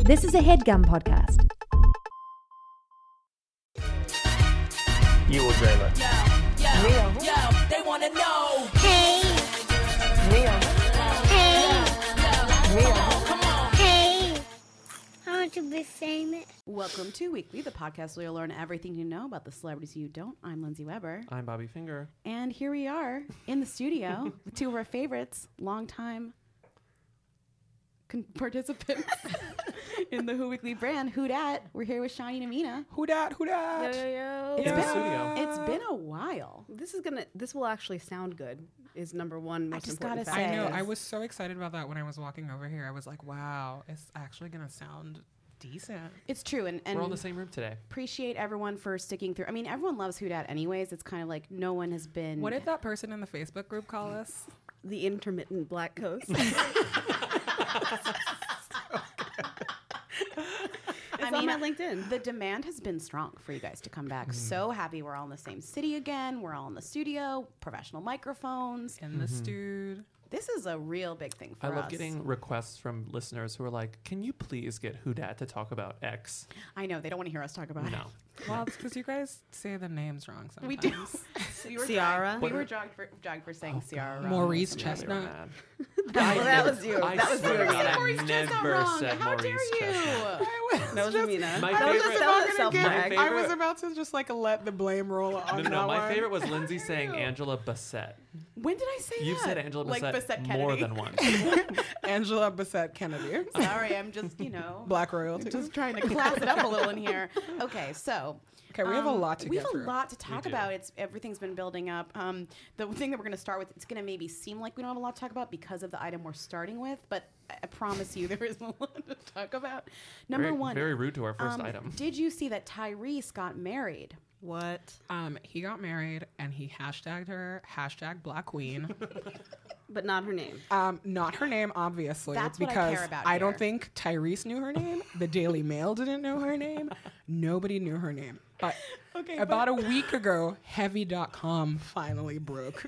This is a headgum podcast. You will dream it. Hey. Hey. Hey. I want to be famous. Welcome to Weekly, the podcast where you'll learn everything you know about the celebrities you don't. I'm Lindsay Weber. I'm Bobby Finger. And here we are in the studio with two of our favorites, longtime con- participants in the Who Weekly brand, Who Dat. We're here with Shiny and Amina. Who dat? Who dat? In the been- studio. It's been a while. This is gonna. This will actually sound good. Is number one most just important gotta fact. say- I know. Yes. I was so excited about that when I was walking over here. I was like, wow, it's actually going to sound decent. It's true. And, and We're all in the same room today. appreciate everyone for sticking through. I mean, everyone loves Who Dat anyways. It's kind of like no one has been. What did that person in the Facebook group call us? The intermittent black coast. I on my uh, LinkedIn. The demand has been strong for you guys to come back. Mm-hmm. So happy we're all in the same city again. We're all in the studio, professional microphones. In Mm-hmm. this dude. This is a real big thing for I love us. getting requests from listeners who are like, "Can you please get Who dat to talk about X?" I know they don't want to hear us talk about No. Well, it's because you guys say the names wrong it. sometimes. We do. we were Ciara? Jogged, we were jogged for, jogged for Oh, saying Ciara. wrong. Maurice They were Chestnut. mad. well, that was you. I that was swear you. to God, again. I Maurice Chestnut never wrong. said How dare Maurice you? That was Amina. My that favorite- was just about I'm itself. gonna Back. get- I favorite- was about to just like let the blame roll on No, no, that no. My one. favorite was Lindsay saying Angela Bassett. When did I say that? You've said Angela like Bassett, Bassett more Kennedy. than once. Angela Bassett Kennedy. Sorry, I'm just you know Black royalty. just trying to class it up a little in here. Okay, so Okay, we have a um, lot to we get have through. a lot to talk do. about. It's everything's been building up. Um, the thing that we're going to start with, it's going to maybe seem like we don't have a lot to talk about because of the item we're starting with, but I- I promise you there is a lot to talk about. Number very, one, Very rude to our first um, item. Did you see that Tyrese got married? What? Um, he got married and he hashtagged her hashtag Black Queen. But not her name. Um, not her name, obviously, That's what I because care about I here. don't think Tyrese knew her name. The Daily Mail didn't know her name. Nobody knew her name. But about a week ago, Heavy.com finally broke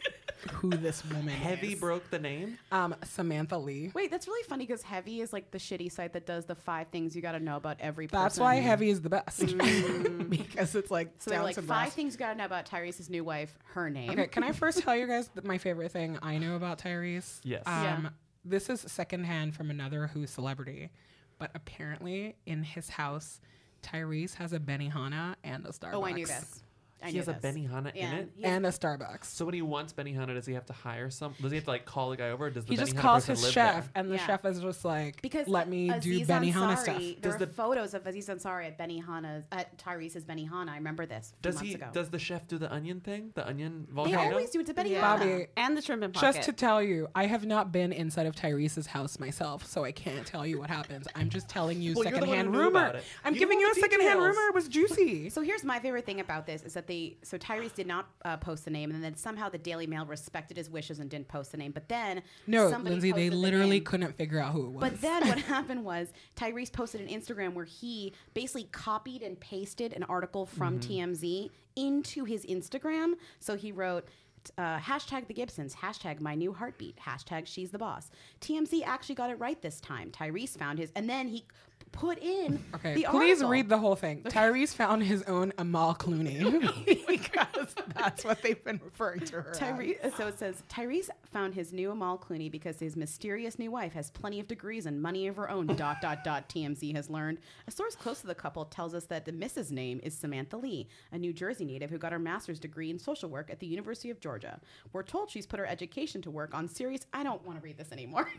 who this woman Heavy is. broke the name. um, Samantha Lee. Wait, that's really funny because Heavy is like the shitty site that does the five things you got to know about every person. That's why Heavy is the best because it's like Mm. So they're down like to five brass. things you got to know about Tyrese's new wife. Her name. Okay, can I first tell you guys th- my favorite thing I know about Tyrese? Yes. Um, Yeah. This is secondhand from another Who celebrity, but apparently in his house, Tyrese has a Benihana and a Starbucks. Oh, I knew this. I he knew has a this. Benihana Yeah, in it. he has- And a Starbucks. So when he wants Benihana, does he have to hire some? Does he have to like call the guy over? Or does the He just Benihana calls person his live chef, there? and the Yeah. chef is just like, because "Let me Aziz do Benihana Ansari, stuff." There Does are the- photos of Aziz Ansari at Benihana's at Tyrese's Benihana. I remember this. a few Does months he? Ago. Does the chef do the onion thing? The onion they volcano? always do it to Benihana? Bobby, And the shrimp and pocket. Just to tell you, I have not been inside of Tyrese's house myself, so I can't tell you what happens. I'm just telling you Well, you're the one who secondhand knew about rumor. it. I'm You giving know you all a the secondhand details. rumor. It was juicy. So here's my favorite thing about this is that they so Tyrese did not uh, post the name, and then somehow the Daily Mail respected his wishes and didn't post the name. But then No, somebody Lindsay, they posted the literally name. couldn't figure out who it was. But then what happened was Tyrese posted an Instagram where he basically copied and pasted an article from Mm-hmm. TMZ into his Instagram. So he wrote. Uh, hashtag the Gibsons, hashtag my new heartbeat, hashtag she's the boss. TMZ actually got it right this time. Tyrese found his, and then he put in okay, the please article. read the whole thing. Tyrese found his own Amal Clooney because that's what they've been referring to her. as. Tyrese, so it says Tyrese found his new Amal Clooney because his mysterious new wife has plenty of degrees and money of her own. dot dot dot. TMZ has learned a source close to the couple tells us that the Mrs. name is Samantha Lee, a New Jersey native who got her master's degree in social work at the University of Georgia. We're told she's put her education to work on serious. I don't want to read this anymore.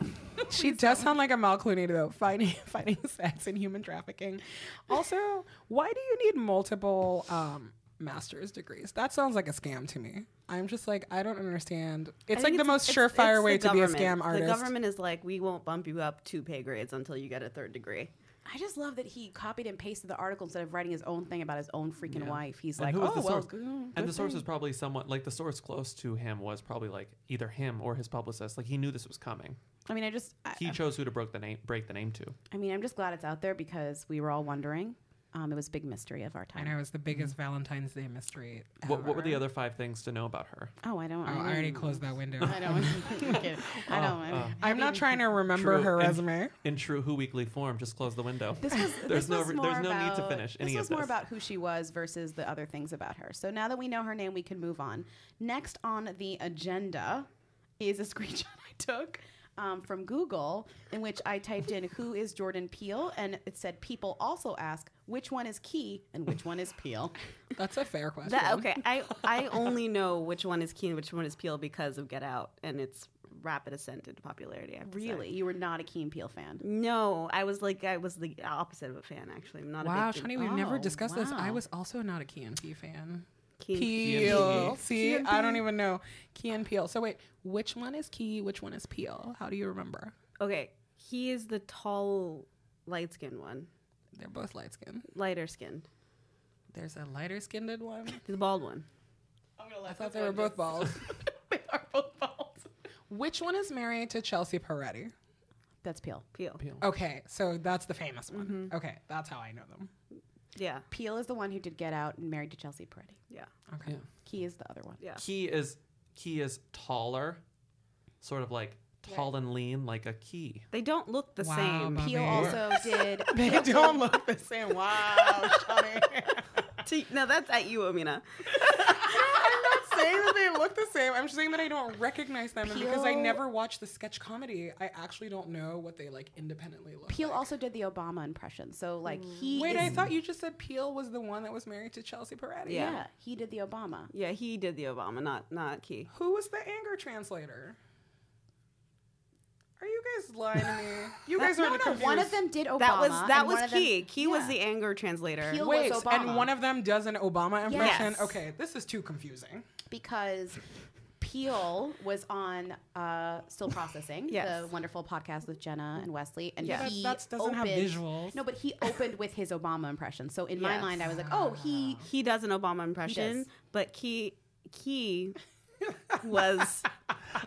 She does sound like a Mal Clooney though, fighting fighting sex and human trafficking. Also, why do you need multiple um, master's degrees? That sounds like a scam to me. I'm just like, I don't understand. It's like I think the most it's- it's surefire the way to be a government. scam artist. The government is like, we won't bump you up two pay grades until you get a third degree. I just love that he copied and pasted the article instead of writing his own thing about his own freaking wife. He's And like, who was oh the well, source? good- and the source was probably someone like the source close to him was probably like either him or his publicist. Like he knew this was coming. I mean, I just, I, He chose who to break the name break the name to. I mean, I'm just glad it's out there because we were all wondering. Um, it was a big mystery of our I time. know it was the Mm. biggest Valentine's Day mystery. What, what were the ever. other five things to know about her? Oh, I don't. Oh, I already don't- closed that window. I don't. I'm kidding. I Oh, don't. I'm, uh. I'm not trying to remember True, her and- resume. In true Who Weekly form, just close the window. This was. There's this no was re- more there's no about, need to finish any this of was more this. about who she was versus the other things about her. So now that we know her name, we can move on. Next on the agenda is a screenshot I took. Um, from Google, in which I typed in "Who is Jordan Peele?" and it said, "People also ask which one is Key and which one is Peele." That's a fair question. Uh, That, okay, I, I only know which one is Key and which one is Peel because of Get Out and its rapid ascent into popularity. I have to say. Really, you were not a Key and Peele fan. No, I was like I was the opposite of a fan. Actually, I'm not Wow, a big Shani, we've never Oh, discussed this. I wow. was also not a Key and P fan. Key. Peel. Key. See, I don't even know. Key and Peel. So wait, which one is Key? Which one is Peel? How do you remember? Okay, he is the tall, light skinned one, They're both light skinned. lighter skinned, There's a lighter skinned one. the bald one. I thought they were both bald. they are both balls. Which one is married to Chelsea Peretti? That's Peele. Peel. Okay, so that's the famous one. Okay, that's how I know them. Yeah, Peele is the one who did Get Out and married to Chelsea Peretti. yeah, Okay. Yeah. Key is the other one. yeah. Key is key is taller, sort of like tall and lean, like a key. They don't look the Wow, same. Bobby. Peel also did. They don't look the same. Wow, Shani. T- no, that's at you, Amina. saying that they look the same. I'm just saying that I don't recognize them, and because I Peel- never watched the sketch comedy, I actually don't know what they like independently look. Peel like. also did the Obama impression. So like he. Mm. Wait, I is- thought you just said Peel was the one that was married to Chelsea Peretti. Yeah. he did the Obama. Yeah, he did the Obama, not not Key. Who was the anger translator? Are you guys lying to me? You guys are no, no, confused. one of them did Obama. That was that and was one of them- Key. Key was yeah. the anger translator. Peel- Wait, was Obama. and one of them does an Obama impression. Yes. Okay, this is too confusing. because Peel was on uh, Still Processing, Yes. the wonderful podcast with Jenna and Wesley, and Yeah, but he that doesn't have opened, visuals. No, but he opened with his Obama impression. So in my Yes. mind, I was like, oh, he he does an Obama impression, does. but Key Key was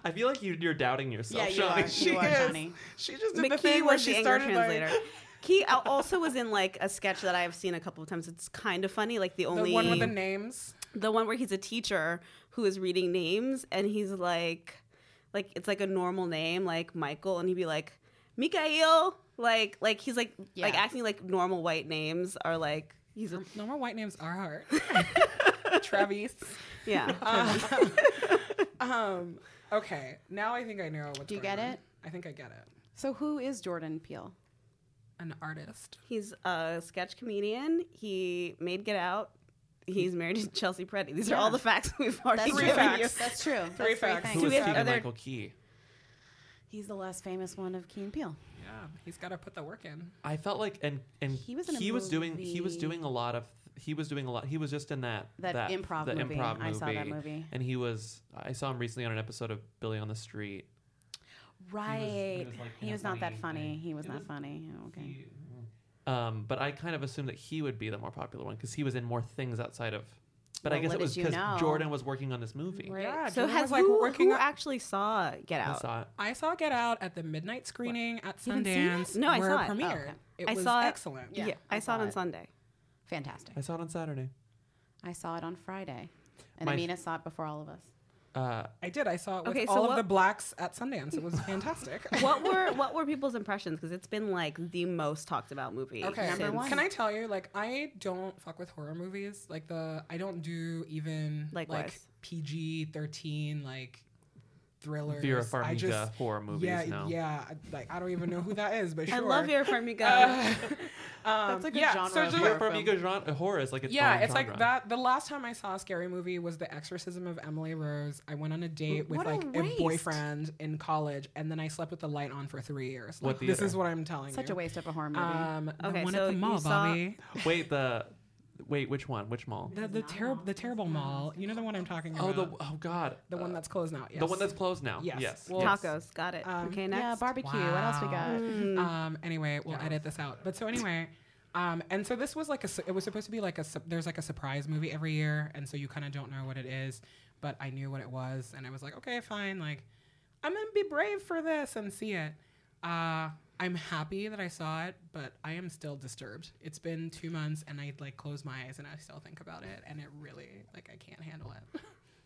I feel like you, you're doubting Yeah, yourself. you Shawnee. are. She are, is- Johnny. She just did the McKee thing where was she the anger started like- translator. Key al- also was in like a sketch that I have seen a couple of times. It's kind of funny, like the the only one with the names. the one where he's a teacher who is reading names and he's like like it's like a normal name like michael and he'd be like mikhail like like he's like Yeah. like acting like normal white names are like he's a, Normal white names are hard. Travis. yeah Um, okay, now I think I know what's Do you going get on. it? I think I get it. So who is Jordan Peele? An artist. he's a sketch comedian he made get out he's married to chelsea Peretti. these are all the facts we've already That's Three true. given facts. you That's true. That's Three facts. things. Who is Who is- Stephen are there- Michael Key? He's the less famous one of Keen Peel. Yeah, he's got to put the work in. I felt like and and he was was in a doing he was doing a lot of he was doing a lot he was just in that That improv the movie. improv I saw that movie. and he was I saw him recently on an episode of Billy on the Street Right. He was, was, like, in a not that funny funny. thing. He was It not was- funny. Oh, Okay. um but I kind of assumed that he would be the more popular one because he was in more things outside of but I Well, guess what it was did you because know? Jordan was working on this movie Yeah, so Jordan has was like who, working who on- actually saw get I out saw it I saw Get Out at the midnight screening at haven't seen it? Sundance. No, I where saw it. Oh, premiered. okay. It I was saw it. excellent. yeah, Yeah, i I saw it saw on it. sunday Fantastic. I saw it on Saturday I saw it on Friday. And My- Amina saw it before all of us. uh I did. I saw it with Okay, so all what- of the blacks at Sundance. It was fantastic. what were what were people's impressions? Because it's been like the most talked about movie. Okay. since- one. Can I tell you, like, I don't fuck with horror movies. Like the I don't do even like Likewise. PG thirteen like thrillers. Vera I Farmiga just horror movies yeah now yeah I- like I don't even know who that is, but I sure. love Vera Farmiga. That's a good yeah, genre So of just, Vera like, Farmiga genre horror is like its yeah, own it's like genre. that. The last time I saw a scary movie was The Exorcism of Emily Rose. I went on a date with What a like a, waste. boyfriend in college, and then I slept with the light on for three years. What Like, this theater? is what I'm telling Such you. a waste of a horror movie. Um, the Okay, one so at the you Mall, saw- Bobby. wait the wait which one which mall The, the, terrib- the terrible mall. You know the one I'm talking oh about. the oh god the one that's closed now. Yes. The one that's closed now. Yes. Yes. Well, yes. Tacos, got it. Um, okay, next. yeah, barbecue. What else we got? Um, anyway, we'll edit this out. But so anyway, um, and so this was like a. su- It was supposed to be like a. su- There's like a surprise movie every year, and so you kind of don't know what it is. But I knew what it was, and I was like, okay, fine. Like, I'm gonna be brave for this and see it. Uh, I'm happy that I saw it, but I am still disturbed. It's been two months, and I like close my eyes and I still think about it, and it really like I can't handle it.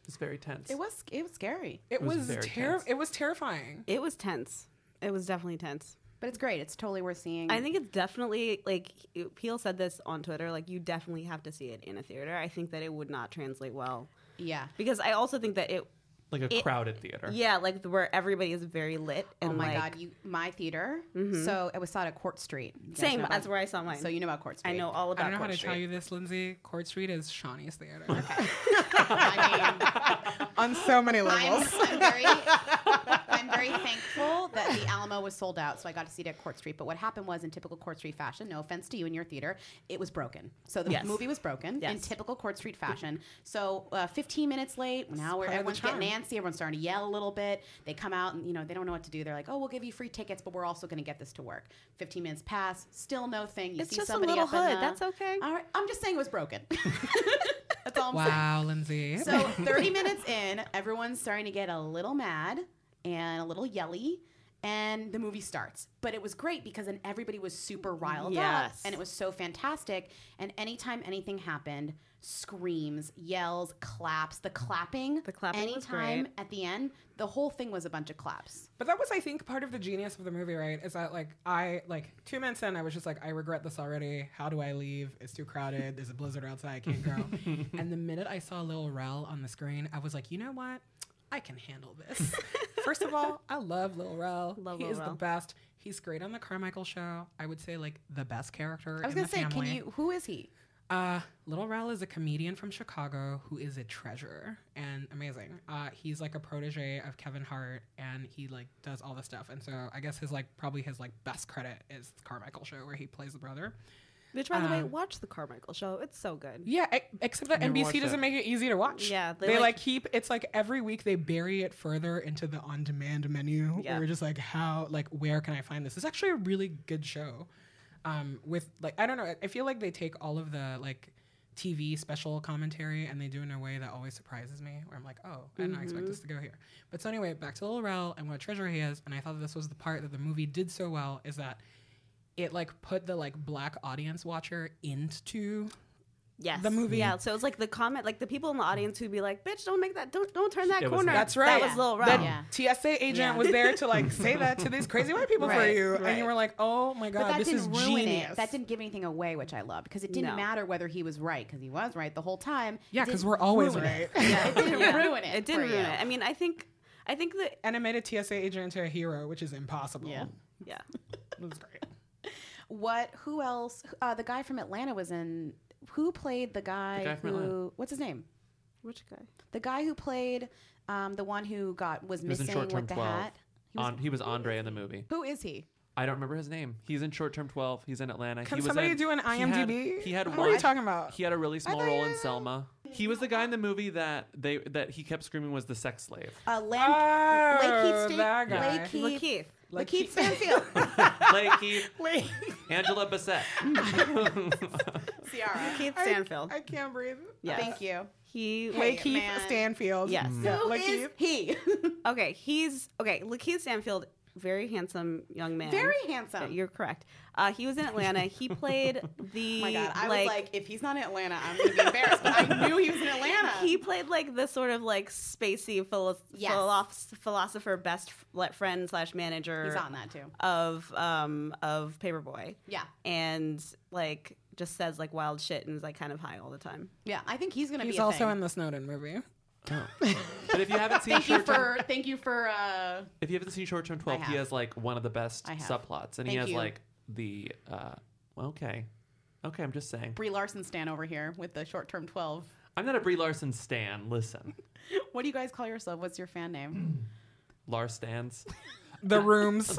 It's very tense. It was it was scary, It was was, very ter- tense. It was terrifying. It was tense. It was definitely tense. but it's great. It's totally worth seeing. I think it's definitely like Peel said this on Twitter. Like you definitely have to see it in a theater. I think that it would not translate well yeah. because I also think that it, like a it- crowded theater. yeah, like where everybody is very lit. And oh my like, god, you my theater. So it was shot at Court Street. You guys Same. know about- That's where I saw mine. So you know about Court Street. I know all about. I don't know how Court to tell Street. you this, Lindsay. Court Street is Shawnee's theater I mean, on so many I'm, levels. I'm very, I'm very thankful that the Alamo was sold out, so I got to see it at Court Street. But what happened was, in typical Court Street fashion, no offense to you and your theater, it was broken. So the Yes. movie was broken in Yes. typical Court Street fashion. So uh, 15 minutes late. Now we're, part of the everyone's getting charm. antsy. Everyone's starting to yell a little bit. They come out and you know they don't know what to do. They're like, "Oh, we'll give you free tickets, but we're also going to get this to work." 15 minutes pass, still no thing. You It's see just a somebody little up in hood. the- That's okay. All right, I'm just saying it was broken. That's all I'm saying. Wow, Lindsay. So 30 minutes in, everyone's starting to get a little mad and a little yelly, and the movie starts. But it was great because then everybody was super riled up, Yes. and it was so fantastic. And anytime anything happened, screams, yells, claps, the clapping. The clapping was Anytime great. at the end, the whole thing was a bunch of claps. But that was, I think, part of the genius of the movie, right? Is that like I like two minutes in, I was just like, I regret this already. How do I leave? It's too crowded. There's a blizzard outside. I can't go. and the minute I saw Lil Rel on the screen, I was like, you know what? I can handle this. First of all, I love Lil Rel. Love he Lil is the Rel. best. He's great on the Carmichael show. I would say like the best character. I was in gonna the say, family. can you? Who is he? Uh, Little Rel is a comedian from Chicago who is a treasure and amazing. Uh, he's like a protege of Kevin Hart, and he like does all this stuff. And so I guess his like probably his like best credit is Carmichael Show, where he plays the brother. Which, by the way, watch the Carmichael show. It's so good. Yeah, e- except that Never NBC watched doesn't it. make it easy to watch. Yeah, they, they, like, like- keep it's like every week they bury it further into the on-demand menu. Yeah. We're just like, how, like, where can I find this? It's actually a really good show. Um, with like, I don't know, I feel like they take all of the like TV special commentary and they do it in a way that always surprises me. Where I'm like, oh, I did not expect Mm-hmm. this to go here. But so anyway, back to Lil Rel and what a treasure he is. And I thought this was the part that the movie did so well is that it like put the like black audience watcher into Yes. The movie. Yeah. So it's like the comment, like the people in the audience who'd be like, "Bitch, don't make that. Don't don't turn that It was corner." that. That's right. That was Lil Rel. That Yeah. TSA agent was there to like say that to these crazy white people for Right, you, and right. you were like, "Oh my But god, that this is didn't ruin genius." it. That didn't give anything away, which I loved because it didn't No. matter whether he was right because he was right the whole time. It yeah, because didn't we're always ruin right. it. Yeah, it didn't ruin it. It didn't for ruin you. it. I mean, I think, I think that and it made a TSA agent into a hero, which is impossible. Yeah. yeah. it was great. What? Who else? Uh, the guy from Atlanta was in. Who played the guy, guy from who? Atlanta. What's his name? Which guy? The guy who played um, the one who got was was in missing Short Term with the 12. hat. He was- On, he was Andre in the movie. who is he? I don't remember his name. He's in Short Term 12. He's in Atlanta. Can he was somebody in- do an he had- IMDb? He had, What one, are you talking about? He had a really small thought role you in were- Selma. He was the guy in the movie that they that he kept screaming was the sex slave. Uh, Lam- Oh, Lakeith Stan- that guy. Lakeith- Keith. Lakeith. Lakeith Stanfield. Blakey, Angela Bassett. Ciara. Keith I- Stanfield. I, can't breathe. yes. Thank you. He. Hey, Lakeith man. Stanfield. Mm. Yes. Yeah, Who Lakeith. is he? Okay. He's okay. Lakeith Stanfield, very handsome young man. Very handsome. You're correct. Uh, he was in Atlanta. He played the. oh my god! I was like, if he's not in Atlanta, I'm gonna be embarrassed. but I knew he was in Atlanta. He played like this sort of like spacey philo- Yes. philosoph- philosopher, best f- friend slash manager. He's on that too. of um of Paperboy. Yeah. And like just says like wild shit and is like kind of high all the time. Yeah, I think he's gonna be. He's a also thing. in the Snowden movie. But if you haven't seen Thank you Short Term, for. Thank you for. Uh, if you haven't seen Short Term 12, he have. has like one of the best I have. subplots, and he Thank has you. like the uh, okay, okay. I'm just saying. Brie Larson stand over here with the short term 12. I'm not a Brie Larson stan. Listen, What do you guys call yourself? What's your fan name? Lars stans. The Rooms.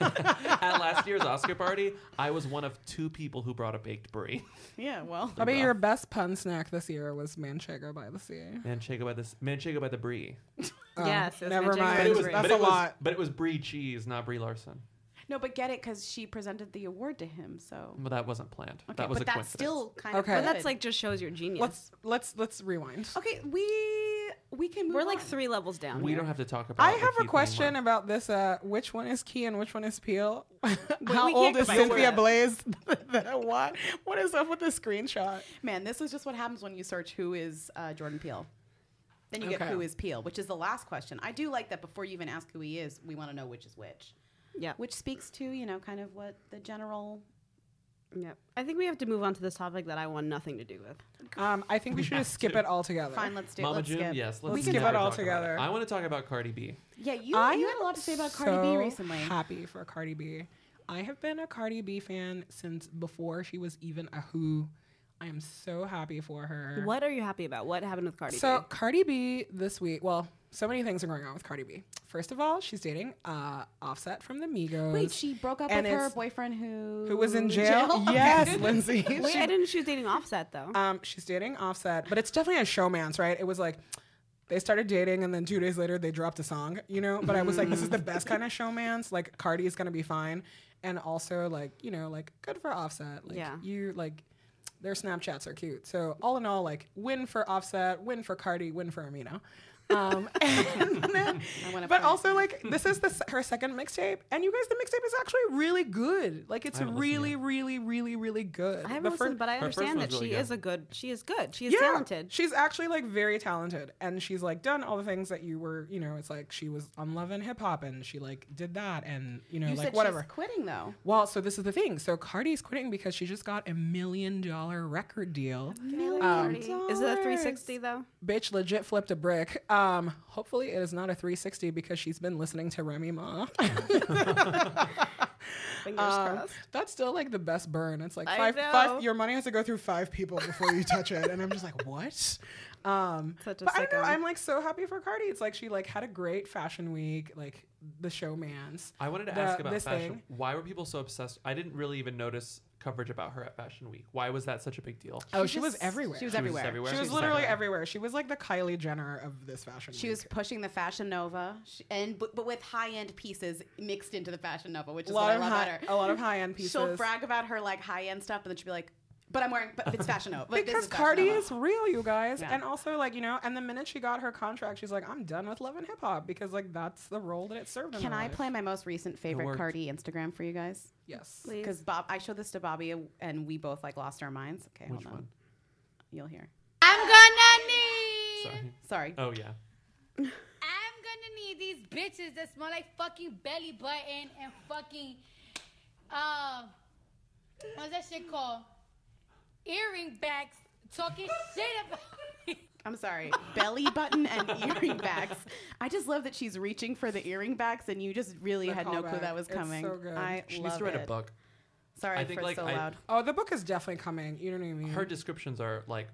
At last year's Oscar party, I was one of two people who brought a baked brie. yeah, well, Probably your best pun snack this year was Manchego by the Sea. Manchego by this Manchego by the brie. Oh, Yes, it was never Manchego by mind. the Sea. That's but a it was, lot. But it was brie cheese, not Brie Larson. no, but get it because she presented the award to him. So Well, that wasn't planned. okay, that was but a that's coincidence. still kind Okay. of. But good. that's like just shows your genius. Let's let's let's rewind. okay, we we can move We're like on. three levels down. We here. don't have to talk about. I the have Keith a Lee question one. about this. Uh, which one is Key and which one is Peel? How we old can't is go back to Cynthia that. Blaze? what? What is up with the screenshot? Man, this is just what happens when you search who is uh, Jordan Peele. Then you get Okay. who is Peele, which is the last question. I do like that before you even ask who he is, we want to know which is which. Yeah. Which speaks to, you know, kind of what the general. Yep. I think we have to move on to this topic that I want nothing to do with. Um, I think we should just skip it all together. Fine, let's do Mama let's June, skip. yes, let's We we can can skip it all together. I want to talk about Cardi B. Yeah, you, I you had a lot to say about Cardi B so recently. Happy for Cardi B. I have been a Cardi B fan since before she was even a who. I am so happy for her. What are you happy about? What happened with Cardi so B? Cardi B this week. Well, so many things are going on with Cardi B. First of all, she's dating uh, Offset from the Migos. Wait, she broke up And with her it's- boyfriend who. who was in jail? Okay. Yes, Lindsay. Wait, She- I didn't. She was dating Offset though. um, she's dating Offset, but it's definitely a showman's, right? It was like they started dating, and then two days later they dropped a song, you know. But I was like, this is the Mm. best kind of showman's. Like Cardi is gonna be fine, and also like you know, like good for Offset. Like Yeah. you like their Snapchats are cute. So all in all, like win for Offset, win for Cardi, win for Amino. Um, and then- wanna but point- also like this is the s- her second mixtape, and you guys, the mixtape is actually really good. Like it's haven't listened really, really, really, really good. I haven't The fir- listened, but I Her first understand that one's really she good. is a good. She is good. She is yeah, talented. She's actually like very talented, and she's like done all the things that you were, you know. It's like she was on Love and Hip Hop, and she like did that, and you know, You like said whatever. she's quitting, though. Well, so this is the thing. So Cardi's quitting because she just got a million dollar record deal. Cardi. Um, Is it a 360 though? Bitch legit flipped a brick. Um, hopefully it is not a 360 because she's been listening to Remy Ma. Um, Fingers Uh, crossed. That's still like the best burn. It's like I five, know. five your money has to go through five people before you touch it. And I'm just like, what? Um Such a but I don't know, sicko. I'm like so happy for Cardi. It's like she like had a great fashion week, like the showman's. I wanted to the- ask about this fashion. thing. Why were people so obsessed? I didn't really even notice coverage about her at Fashion Week. Why was that such a big deal? Oh, she was everywhere. She was just everywhere. everywhere. She She was was literally everywhere. everywhere. She was like the Kylie Jenner of this fashion She week. was pushing the Fashion Nova, she, and but, but with high end pieces mixed into the Fashion Nova, which is a lot what I of love high, about her. a lot of high end pieces. She'll brag about her like high end stuff, and then she'll be like, "But I'm wearing, but it's Fashion Nova." But this because is Cardi Fashion Nova." is Oh real, you guys. Yeah. And also, like, you know, and the minute she got her contract, she's like, I'm done with love and hip hop because, like, that's the role that it served in Can her I life. play my most recent favorite worked. Cardi Instagram for you guys? Yes. Please. Because Bob, I showed this to Bobby, and we both like lost our minds. Okay, Which hold on. one? You'll hear. I'm gonna need. Sorry. Sorry. Oh yeah. I'm gonna need these bitches that smell like fucking belly button and fucking um what's that shit called? Earring backs talking shit about me. I'm sorry. Belly button and earring backs. I just love that she's reaching for the earring backs, and you just really The had no clue callback. that was It's coming. so good. I She love needs to write it. a book. Sorry I think, for like, so I- loud. Oh, the book is definitely coming. You know what I mean? Her descriptions are like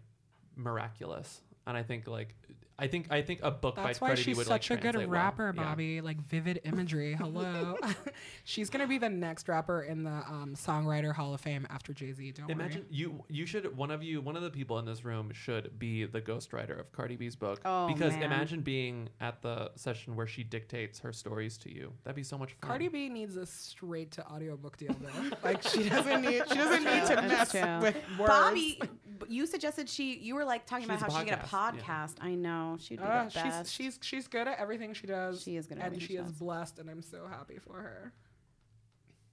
miraculous, and I think like I think I think a book That's by why Freddie she's would such like, a good translate well. rapper, Yeah. Bobby. Like vivid imagery. Hello. she's gonna be the next rapper in the um, songwriter Hall of Fame after Jay Z. Don't Imagine you you should one of you one of the people in this room should be the ghostwriter of Cardi B's book Oh, because man. imagine being at the session where she dictates her stories to you. That'd be so much fun. worry. Cardi B needs a straight to audiobook deal though. like she doesn't need she doesn't need to That's mess true. with words. Bobby, b- you suggested she. You were like talking She's about a how she get a podcast, yeah. podcast. I know she'd be Ah, the she's best. she's she's good at everything she does. She is good at and everything she she is does. blessed, and I'm so happy for her.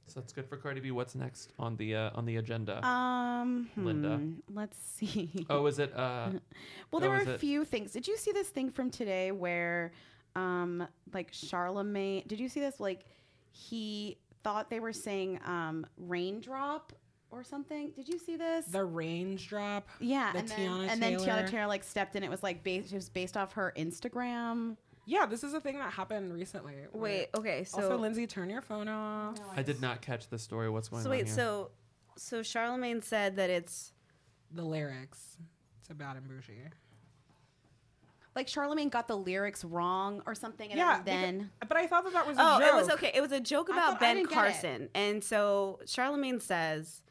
So that's good for Cardi B. What's next on the uh, on the agenda? um, Linda. hmm, let's see. oh, is it? Uh, well, there oh, were is a it- few things. Did you see this thing from today where, um, like Charlemagne? Did you see this? Like, he thought they were saying um raindrop or something. Did you see this? The range drop. yeah, the and then Tiana and then Taylor. Tiana Taylor like stepped in. It was like based. It was based off her Instagram. Yeah, this is a thing that happened recently. where- Wait. Okay. So also, Lindsay, turn your phone off. I did not catch the story. What's going so on? wait. here? So so Charlemagne said that it's The lyrics. It's about and bougie. like Charlemagne got the lyrics wrong or something, and Yeah, it was then beca- but I thought that that was. Oh, a joke. it was okay. It was a joke about thought- I Ben didn't get it. Carson. And so Charlemagne says,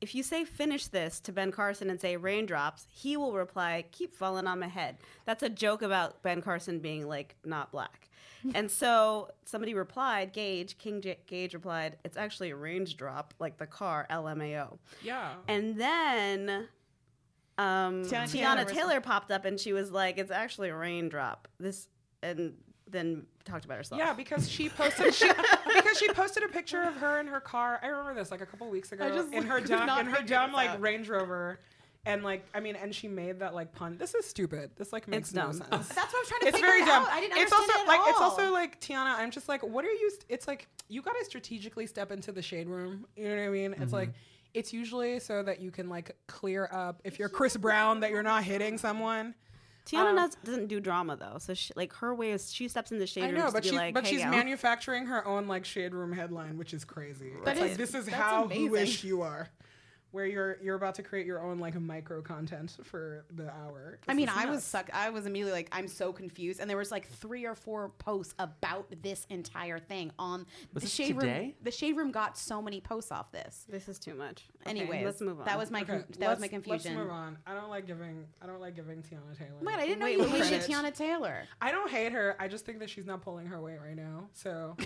if you say finish this to Ben Carson and say raindrops, he will reply, keep falling on my head. That's a joke about Ben Carson being like not black. and so somebody replied, Gage, King J- Gage replied, it's actually a range drop, like the car, LMAO. Yeah. And then um, Tiana Tiana, Taylor Taylor, was- popped up and she was like, "It's actually a raindrop." This and then talked about herself. Yeah, because she posted she because she posted a picture of her in her car. I remember this like a couple weeks ago just in her could dumb not in her figure dumb this like out. Range Rover, and like I mean, and she made that like pun. This is stupid. This like makes no dumb. sense. That's what I'm trying to It's figure very dumb. out. I didn't it's understand also it at like it's all. also like Tiana. I'm just like, what are you? st- It's like you got to strategically step into the shade room. You know what I mean? It's like. It's usually so that you can like clear up if you're Chris Brown that you're not hitting someone. Tiana Um, does, doesn't do drama though, so she, like her way is she steps in the shade I room know, to but be she, like, but "Hey, she's gal." manufacturing her own like shade room headline, which is crazy. That it's like is- this is that's how amazing. who-ish you are, where you're you're about to create your own like micro content for the hour. I This mean, is I was nuts. sucked. I was immediately like, I'm so confused. And there was like three or four posts about this entire thing on Was the this shade room. today? The shade room got so many posts off this. This is too much. Okay, Anyway, let's move on. That was my Okay, con- that was let's- my confusion. Let's move on. I don't like giving I don't like giving Tiana Taylor. Wait, I didn't know Wait, you what hated credit? Tiana Taylor. I don't hate her. I just think that she's not pulling her weight right now. So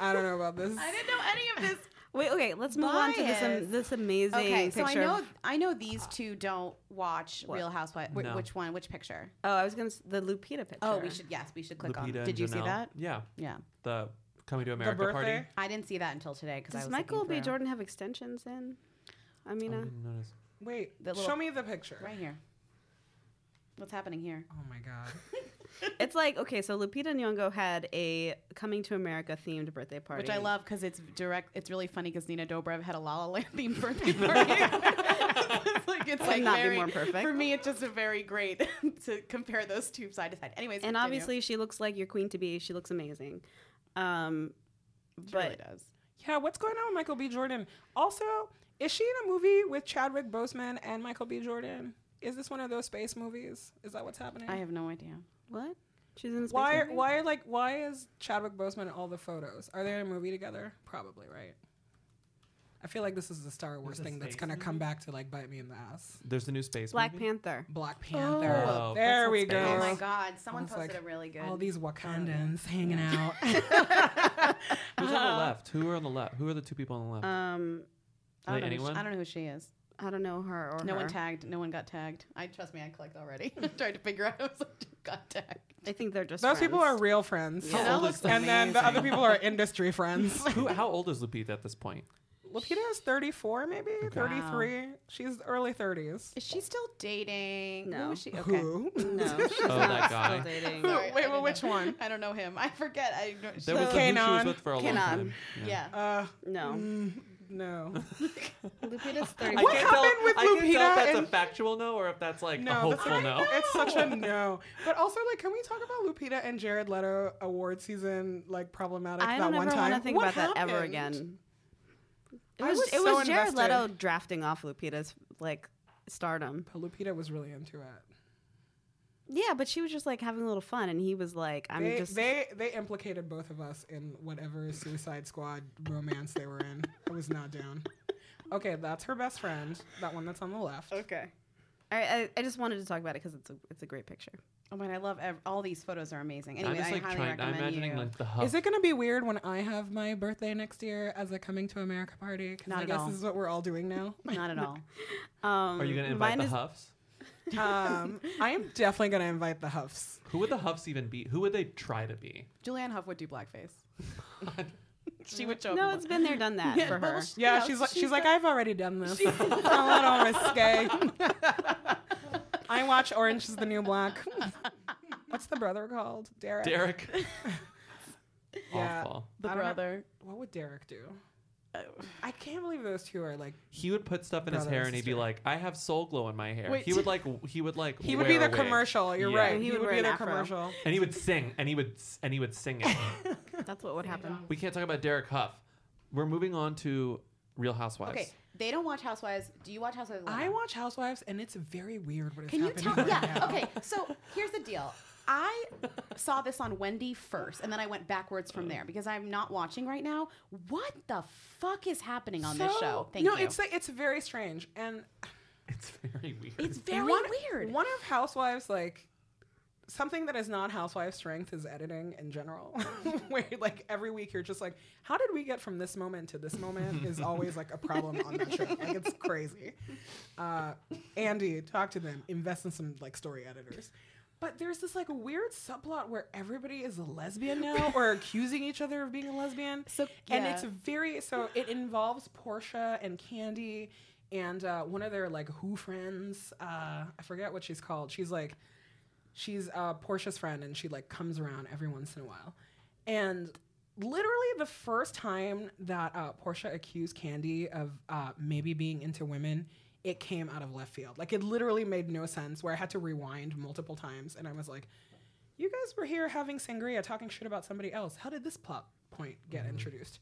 I don't know about this. didn't know any of this. wait. Okay, let's move on to this Bias. um, this amazing Okay, picture. so I know of- I know these two don't watch Real Housewives. No. Which one? Which picture? oh, I was gonna s- the Lupita picture. Oh, we should yes, we should click Lupita on. and Did you see Janelle. that? Yeah, Yeah, the coming to the America birthday. party. I didn't see that until today because I Does was Michael looking Um, B. through. Jordan have extensions in? I mean, Oh, I didn't notice. Wait, The little- show me the picture. right here. What's happening here? Oh my god. it's like okay, so Lupita Nyong'o had a coming to America themed birthday party, Which I love because it's direct. It's really funny because Nina Dobrev had a La La Land themed birthday party. it's like it's like not be very, more perfect. For me, it's just a very great to compare those two side to side. Anyways, And continue. obviously, she looks like your queen to be. She looks amazing. Um, She but really does. Yeah, what's going on with Michael B. Jordan? Also, is she in a movie with Chadwick Boseman and Michael B. Jordan? Is this one of those space movies? Is that what's happening? I have no idea. what? She's in a space why? movie? Why? Like, why is Chadwick Boseman in all the photos? Are they in a movie together? Probably, right? I feel like this is the Star Wars a thing that's space gonna come back to like bite me in the ass. There's the new space Black movie. Panther. Black Panther. Oh, there we go. Oh my God! Someone was posted like, a really good. All these Wakandans hanging out. Who's on the left? Who are on the left? Who are the two people on the left? Um, I Like don't, know who she, anyone? I don't know who she is. I don't know her or No one her. tagged. No one got tagged. I trust me. I clicked already. I tried to figure out. I was like, got tagged. I think they're just Those people are friends. real friends. How old is and then the other people are industry friends. Who? How old is Lupita at this point? Lupita is 34, maybe 33. She's early 30s. Is she still dating? Who No. is she? Okay. Who? No, she's Oh, not that guy. still dating. Sorry, wait, I don't which know. one? I don't know him. I forget. I don't, There was the who So- she Kanan. was with for a long Kanan. time. yeah. Uh, No, mm, no. Lupita's thirty. What happened with I can't tell Lupita if that's and- a factual no or if that's like a No, that's hopeful no. It's such a no. But also, like, can we talk about Lupita and Jared Leto award season, like, problematic I that don't one ever time? want to think What about that ever happened? again. It I was, was it so was Jared invested. Leto drafting off Lupita's like stardom. But Lupita was really into it. Yeah, but she was just like having a little fun, and he was like, "I'm They, just." they they implicated both of us in whatever Suicide Squad romance they were in. I was not down. Okay, that's her best friend, that one that's on the left. okay. I, I I just wanted to talk about it because it's a it's a great picture. Oh man, I love ev- all these photos are amazing. Anyway, I'm just I like highly trying. I'm recommend imagining you. like the hub. Is it going to be weird when I have my birthday next year as a coming to America party? Because Not I at guess all. this is what we're all doing now. Not at all. Um, Are you gonna mine invite the is- Huffs? Um, I am definitely going to invite the Huffs. Who would the Huffs even be? Who would they try to be? Julianne Hough would do blackface. she would show up. No, in it's been there, done that for her. Yeah, she's like she's, like I've already done this. It's a little risque. I watch Orange Is the New Black. What's the brother called? Derek. Derek. Yeah. Awful. the I don't know- brother. What would Derek do? I can't believe those two are like. He would put stuff in his Brother hair and and he'd be sister. like, "I have soul glow in my hair." Wait. He would like. He would like. He would be wear a their wig. commercial. You're Yeah. right. He He, would would, wear be an their afro. commercial. And he would sing. And he would. s- And he would sing it. That's what would happen. we can't talk about Derek Huff. We're moving on to Real Housewives. Okay, they don't watch Housewives. Do you watch Housewives? Lana? I watch Housewives, and it's very weird what is Can you happening. tell? right yeah. now. Okay. So here's the deal. I saw this on Wendy first, and then I went backwards from there because I'm not watching right now. What the fuck is happening on this So- show? Thank no, you. it's like, it's very strange, and It's very weird. it's very one, weird. One of Housewives like something that is not housewife strength is editing in general where like every week you're just like how did we get from this moment to this moment is always like a problem on that show like it's crazy uh, andy talk to them invest in some like story editors but there's this like weird subplot where everybody is a lesbian now or accusing each other of being a lesbian So- and yeah. it's very so it involves portia and candy and uh, one of their like who friends uh, i forget what she's called she's like she's uh, Portia's friend, and she like comes around every once in a while. And literally, the first time that uh, Portia accused Candy of uh, maybe being into women, it came out of left field. Like it literally made no sense. Where I had to rewind multiple times, and I was like, "You guys were here having sangria, talking shit about somebody else. How did this plot point get introduced?"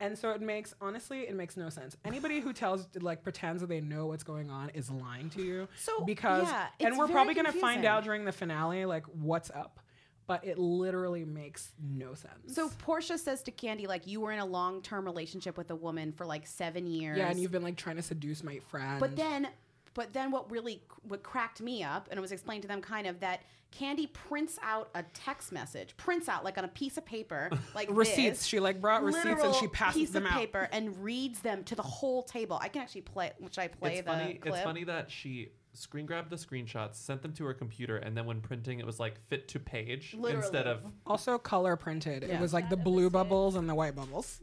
And so it makes honestly, it makes no sense. Anybody who tells like pretends that they know what's going on is lying to you. So, because yeah, and it's we're very probably gonna find confusing. out during the finale like what's up but it literally makes no sense So Portia says to Candy, like, you were in a long term relationship with a woman for like seven years. yeah and you've been like trying to seduce my friend But then, but then, what really what cracked me up, and it was explained to them kind of that Candy prints out a text message, prints out like on a piece of paper, like receipts this, she like brought receipts and literal she passes piece them of out paper and reads them to the whole table. I can actually play. Which I play It's the funny. clip. It's funny that she screen grabbed the screenshots, sent them to her computer, and then when printing, it was like fit to page instead Literally. of also color printed Yeah. it was like the blue bubbles and the white bubbles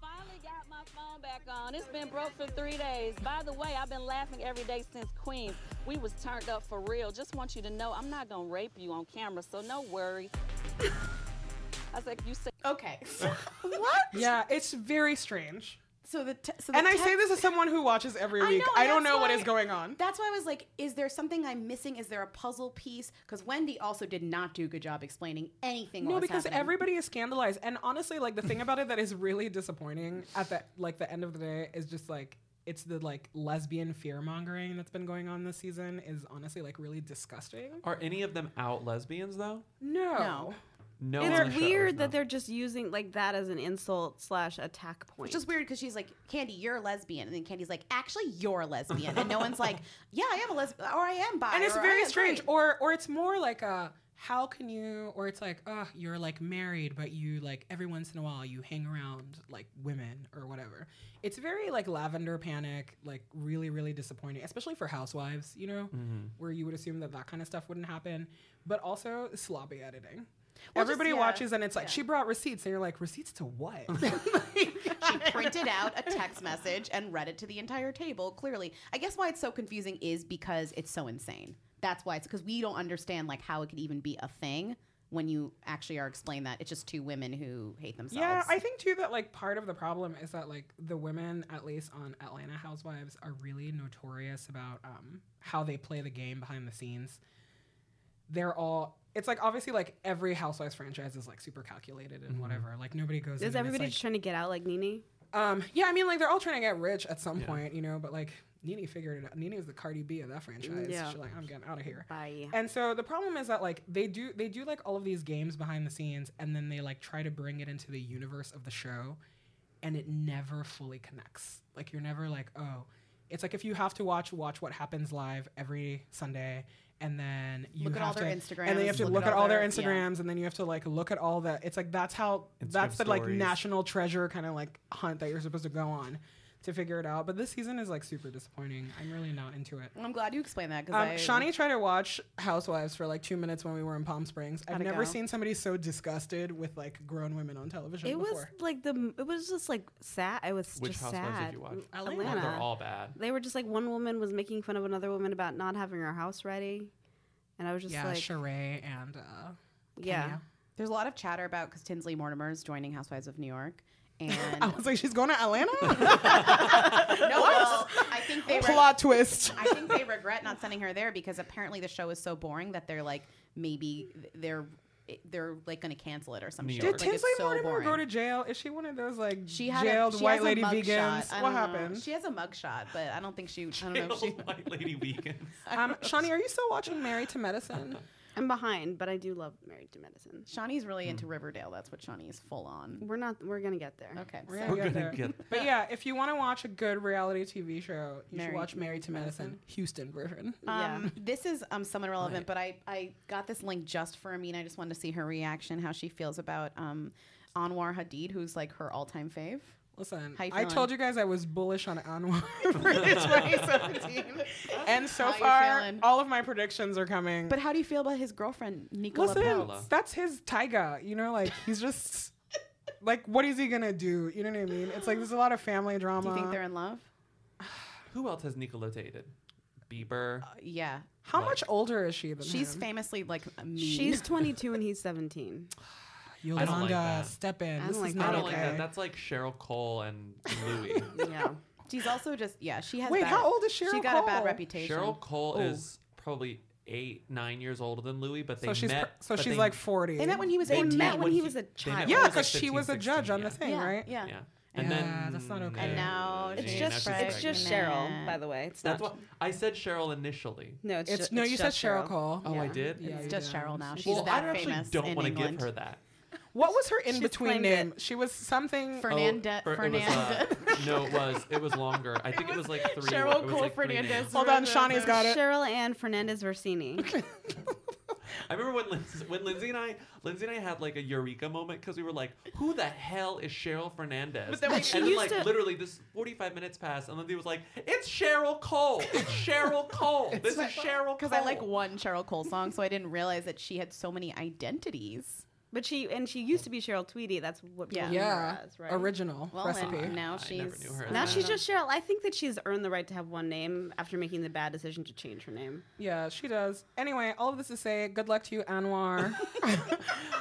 Finally got my phone back on. It's been broke for three days. By the way, I've been laughing every day since Queens. We was turned up for real. Just want you to know I'm not gonna rape you on camera, so no worries. I was like, you said Okay. So, yeah it's very strange so the te- so the and i text- say this as someone who watches every I week know, i, don't that's know what why- is going on That's why I was like, is there something I'm missing? Is there a puzzle piece? Because Wendy also did not do a good job explaining anything. no what was because happening. everybody is scandalized and honestly like the thing about it that is really disappointing at the like the end of the day is just like it's the like lesbian fear mongering that's been going on this season is honestly like really disgusting Are any of them out lesbians though? no No. No. one on the It's show is weird not. that they're just using like that as an insult slash attack point. Which is weird because she's like, Candy, you're a lesbian. And then Candy's like, actually, you're a lesbian. And no one's like, yeah, I am a lesbian. Or I am bi. and it's or I very am strange straight." or or it's more like a how can you or it's like oh you're like married but you like every once in a while you hang around like women or whatever it's very like lavender panic like really really disappointing especially for housewives you know where you would assume that that kind of stuff wouldn't happen but also sloppy editing Well, just- everybody yeah, watches and it's like she brought receipts and you're like receipts to what she printed out a text message and read it to the entire table, clearly. I guess why it's so confusing is because it's so insane. That's why it's because we don't understand like how it could even be a thing when you actually are explained that it's just two women who hate themselves. Yeah, I think too that like part of the problem is that like the women, at least on Atlanta Housewives, are really notorious about um, how they play the game behind the scenes. They're all. It's like obviously like every Housewives franchise is like super calculated and whatever. Like nobody goes. is in and it's, everybody like- just trying to get out like Nene? um, yeah, I mean, like they're all trying to get rich at some Yeah. point, you know. But like Nene figured it out. Nene is the Cardi B of that franchise. Yeah. She's like, I'm getting out of here. Bye. And so the problem is that like they do they do like all of these games behind the scenes, and then they like try to bring it into the universe of the show, and it never fully connects. Like you're never like, oh, it's like if you have to watch watch what happens live every Sunday. And then you Look at all have their to, and then you have Instagrams, to look, at all their their- yeah. Instagrams, and then you have to like look at all the. It's like that's how that's the like stories. national national treasure kind of like hunt that you're supposed to go on to figure it out. But this season is like super disappointing. I'm really not into it. I'm glad you explained that because Um, I Shawnee tried to watch Housewives for like two minutes when we were in Palm Springs. I've How'd it never go? seen somebody so disgusted with like grown women on television It was before. like the it was just like sad. I was Which just Housewives did sad. you watch? Atlanta. They're all bad. They were just like one woman was making fun of another woman about not having her house ready, and I was just yeah, like, Sheree and uh, yeah. There's a lot of chatter about because Tinsley Mortimer is joining Housewives of New York. And I was like, she's going to Atlanta. no, well, I think they were. Plot twist. I think they regret not sending her there because apparently the show is so boring that they're like maybe they're eh, they're like going to cancel it or some New shit. York. Did Like, Tinsley it's so Mortimer boring. go to jail? Is she one of those like She had jailed a, she white has a lady mug vegans? shot. I don't What know. happened? She has a mugshot, but I don't think she. I don't know. If she White Lady Weekends. Um, Shawnee, are you still watching Married to Medicine? I'm behind, but I do love Married to Medicine. Shawnee's really into Riverdale. That's what Shawnee's full on. We're not. We're gonna get there. Okay. We're so- gonna get gonna there. get- But yeah, if you want to watch a good reality TV show, you Married- should watch Married to Medicine, Houston version. Yeah. Um, this is um, somewhat relevant, but I, I got this link just for Amin. I just wanted to see her reaction, how she feels about um, Anwar Hadid, who's like her all time fave. Listen, How you I feeling? told you guys I was bullish on Anwar for For the 2017. and so How you far, feeling? all of my predictions are coming. But how do you feel about his girlfriend, Nicola listen, Peltz. that's his taiga. You know, like he's just like, what is he gonna do? You know what I mean? It's like there's a lot of family drama. Do you think they're in love? Who else has Nicola dated? Bieber. Yeah. How much older is she than She's him? famously like mean. She's 22 and he's 17. I don't like Yolanda, that. step in. don't This like is that. I not don't okay. like that. That's like Cheryl Cole and Louis. Yeah. she's also just yeah. She has Wait, bad- how old is Cheryl She got a bad Cole? reputation. Cheryl Cole is probably eight, nine years older than Louis, but they so she's met. so but she's they- like 40. They met when he was 18. met when he was a they met child. when he yeah, was, like, because she 15, was a judge 16, on the yeah. thing, yeah, right? Yeah. Yeah. And Yeah, then that's not okay. And now Yeah, it's It's now just she's Fred. it's just pregnant. Cheryl, by the way. It's That's not. what I said. Cheryl initially. No, it's, It's ju- no, it's you said just Cheryl Cole. Oh, I did. Yeah, It's you just did. Cheryl now. She's Well, that I actually famous don't in want to give England. her that. What was her in She's between claimed name? it. She was something. Oh, Fernanda, Fer- it was, Fernanda. uh, no, it was it was longer. I think it was, like three. Cheryl it was Cole like three Fernandez. names. Hold on, Shawnee's got it. Cheryl Ann Fernandez Versini. I remember when Lindsay, when Lindsay and I Lindsay and I had like a eureka moment because we were like, "Who the hell is Cheryl Fernandez?" But then we- and She then used like to- literally this forty five minutes passed, and Lindsay was like, "It's Cheryl Cole. It's Cheryl Cole. this is Cheryl." Because I like one Cheryl Cole song, so I didn't realize that she had so many identities. But she and she used to be Cheryl Tweedy. That's what people Yeah. remember Yeah, her as, right? original Well, recipe. and now I she's never knew her as Now that. she's just Cheryl. I think that she's earned the right to have one name after making the bad decision to change her name. Yeah, she does. Anyway, all of this to say, good luck to you, Anwar. I mean,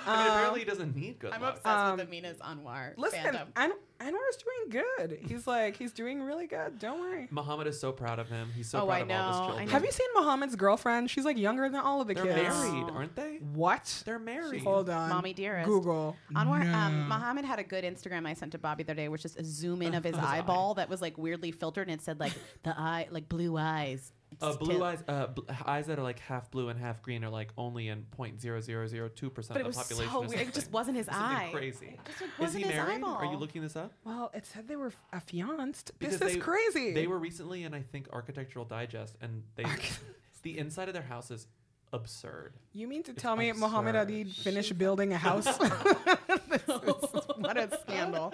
apparently, he doesn't need good uh, I'm luck. obsessed with Amina's Anwar Listen, fandom. An- Anwar's doing good. He's like, he's doing really good. Don't worry. Muhammad is so proud of him. He's so Oh, proud I of all know. his I children. know. Have you seen Muhammad's girlfriend? She's like younger than all of the They're kids. married, aren't they? What? They're married. Hold on. Mommy dearest. Google. Anwar, um, Mohammed had a good Instagram I sent to Bobby the other day, which is a zoom in of his eyeball that was like weirdly filtered, and it said like the eye, like blue eyes. Uh, Just blue tip. eyes, uh, bl- eyes that are like half blue and half green are like only in 0.0002 percent But of it the was population. so or weird. Oh, It something. just wasn't his Something eye. Crazy. It just, like, is he wasn't his married? Are you eyeball. looking this up? Well, it said they were affianced. Because this they- is crazy. They were recently in I think Architectural Digest, and they the inside of their house is absurd. You mean to tell me absurd. Muhammad Ali finished building a house? what a scandal! All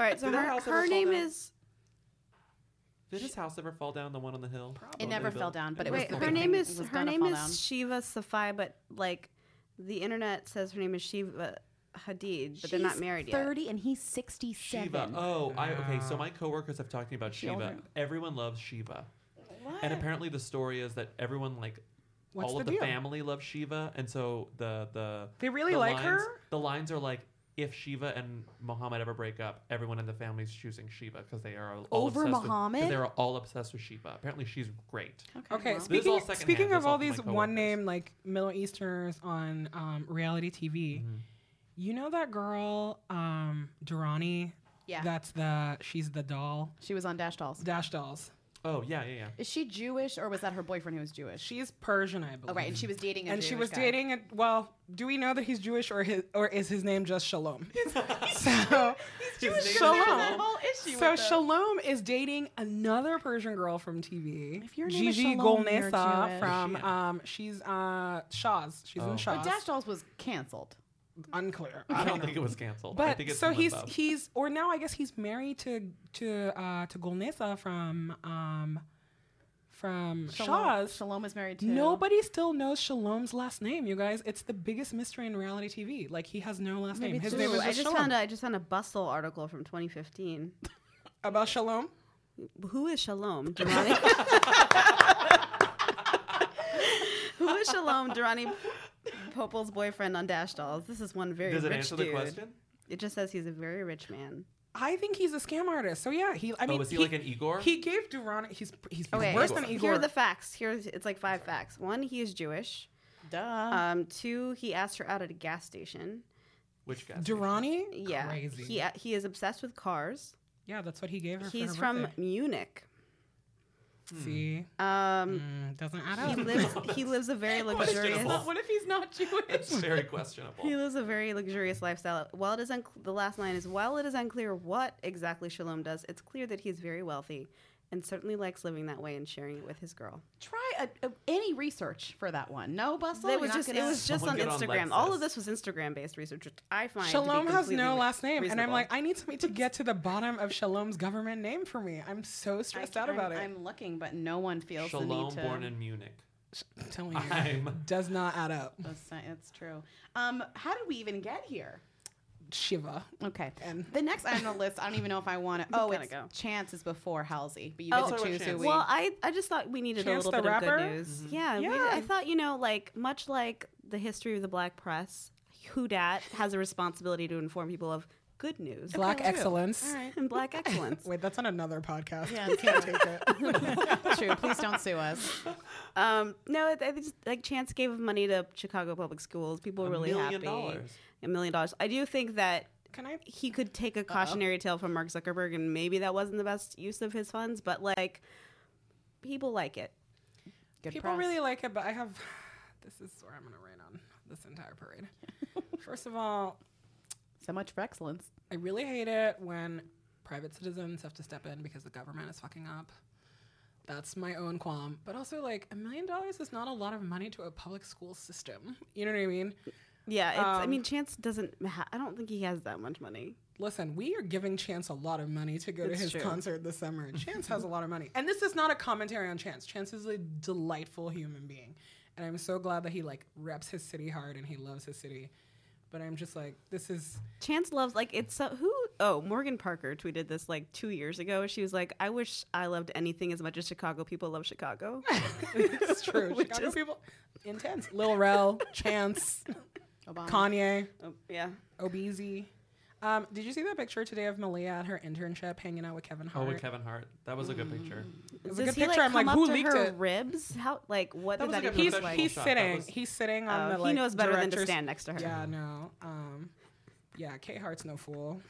right, so Did her her, house ever her fall name down? is Did his house ever fall down? The one on the hill? It never fell down, but it was wait. the Her big name thing. is It was her gonna name fall is down. Shiva Safai, but like the internet says her name is Shiva Hadid, but they're not She's married yet. 30 and he's 67. Shiva. Oh, I okay. So my coworkers have talked to me about Shiva. Everyone loves Shiva, and apparently the story is that everyone like What's all of the the deal? family loves Shiva, and so the the They really the like lines, her? The lines are like. If Shiva and Muhammad ever break up, everyone in the family's choosing Shiva because they are all Over obsessed with- 'cause Muhammad? They are all obsessed with Shiva. Apparently, she's great. okay, This is all speaking secondhand. speaking This of is all all from my these coworkers. one name like Middle Easterners on um, reality TV, Mm-hmm. you know that girl um, Durrani? Yeah. that's the she's the doll She was on Dash Dolls. Dash dolls. Oh yeah, yeah, yeah. Is she Jewish or was that her boyfriend who was Jewish? She's Persian, I believe. Oh, right, and she was dating. A and she Jewish was guy. dating. A, well, do we know that he's Jewish or his or is his name just Shalom? so His name is Shalom. Shalom. That whole issue. So with the- Shalom is dating another Persian girl from TV. If your name is Gigi Shalom, you're Golnesa Jewish. from Is she- um, she's uh Shaw's. She's Oh. in But Shaw's. Dash Dolls was canceled. Unclear. I don't think it was canceled. I But think it's so in he's limbo. he's or now I guess he's married to to uh to Golnesa from um from Shalom, Shaw's. Shalom is married to Nobody still knows Shalom's last name, you guys. It's the biggest mystery in reality TV. Like he has no last name. His name Ooh, is I just Shalom. found a, I just found a Bustle article from 2015. about Shalom. Who is Shalom Durrani? Who is Shalom Durrani Popol's boyfriend on Dash Dolls? This is one very Does it rich answer dude. the question? It just says he's a very rich man. I think he's a scam artist. So yeah, he. I mean, Oh, is he like an Igor? He gave Durrani. He's he's Okay, worse than here Igor. are the facts. Here's it's like five facts. One, he is Jewish. Mm-hmm. Duh. Um, two, he asked her out at a gas station. Which guy? Durrani. Yeah, Crazy. he he is obsessed with cars. yeah, that's what he gave her. He's for her from birthday. Munich. See, Um, Mm, doesn't add he up. lives. He lives a very luxurious. Questionable. What if he's not Jewish? That's very questionable. He lives a very luxurious lifestyle. While it is unc- the last line is while it is unclear what exactly Shalom does, it's clear that he's very wealthy, and certainly likes living that way and sharing it with his girl. Try a, a, any research for that one. No, bustle. it You're was not just it gonna- was just Someone on get on Instagram. All Lexus. of this was Instagram based research, which I find to be Shalom has completely no last name, and I'm reasonable. like, I need somebody to get to the bottom of Shalom's government name for me. I'm so I- stressed out I'm- about it. I'm looking, but no one feels the Shalom, need to. born in Munich. I'm telling you, I'm- does not add up. That's, that's Oh, true. Um, how did we even get here? Shiva. Okay. And- the next item on the list, I don't even know if I want to. Oh, Gotta it's go. Chance is before Halsey, but you get Oh, to so choose who Chance. we. Well, I, I just thought we needed Chance the a little bit of Rapper? good news. Mm-hmm. Yeah, we- Yeah. I thought you know, like much like the history of the black press, Houdat has a responsibility to inform people of good news Black excellence. and black excellence. Wait, that's on another podcast. Yeah, we can't take it. true. Please don't sue us. Um, no, I think just like Chance gave money to Chicago public schools. People were A really million happy. dollars. A million dollars. I do think that Can I? he could take a cautionary tale from Mark Zuckerberg, and maybe that wasn't the best use of his funds, but like people like it. Good People press. really like it, but I have. This is where I'm going to rain on this entire parade. First of all, so much for excellence. I really hate it when private citizens have to step in because the government is fucking up. That's my own qualm. But also, like, a million dollars is not a lot of money to a public school system. You know what I mean? Yeah, it's, I Um, mean, Chance doesn't. Ha- I don't think he has that much money. Listen, we are giving Chance a lot of money to go It's to his true. concert this summer. Chance has a lot of money. And this is not a commentary on Chance. Chance is a delightful human being. And I'm so glad that he, like, reps his city hard and he loves his city. But I'm just like, this is. Chance loves like it's so who oh Morgan Parker tweeted this like two years ago. She was like, "I wish I loved anything as much as Chicago people love Chicago." It's true. Which Chicago is- people. Intense. Lil Rel, Chance, Obama. Kanye. Oh, yeah, Obeezy. Um, did you see that picture today of Malia at her internship hanging out with Kevin Oh, Hart? with Kevin Hart. That was a good picture. It was Does a good he, picture. I'm come like, up who to leaked her it? Ribs? How? Like what That did was that a even good He's, look professional like? he's shot. That sitting. was- He's sitting Oh, on the he like. knows better than to director's- stand next to her. Yeah, no. Um, yeah, Kate Hart's no fool.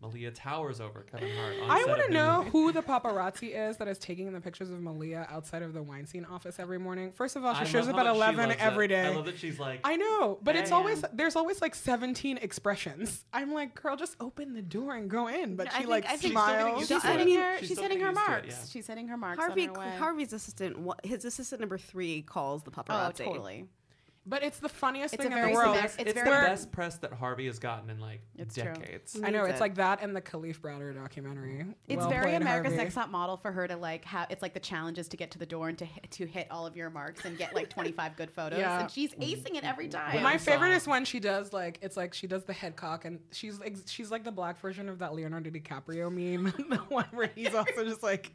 Malia towers over Kevin Hart. On I set want of to the know movie. who the paparazzi is that is taking the pictures of Malia outside of the Weinstein office every morning. First of all, I she love shows up how at much she 11 loves every it. day. I love that she's like. I know, but it's Yeah, yeah. always there's always like 17 expressions. I'm like, girl, just open the door and go in. But No, I she think- like I think she's she's She's smiles. still getting used I hitting mean, her. she's She's still hitting her getting used to it, marks. yeah. She's hitting her marks. Harvey on her way. Harvey's assistant. wa- His assistant number three calls the Oh, paparazzi. totally. But it's the funniest It's thing a in very the world. It's- It's, it's the very- best press that Harvey has gotten in like It's true. decades. I know needs it's it. like that and the Khalif Browder documentary. It's Well very played, America's Harvey. Next Top Model for her to like have. It's like the challenge is to get to the door and to hit, to hit all of your marks and get like 25 good photos. Yeah. And she's acing it every time. But my song. favorite is when she does like it's like she does the head cock and she's ex- she's like the black version of that Leonardo DiCaprio meme, the one where he's also just like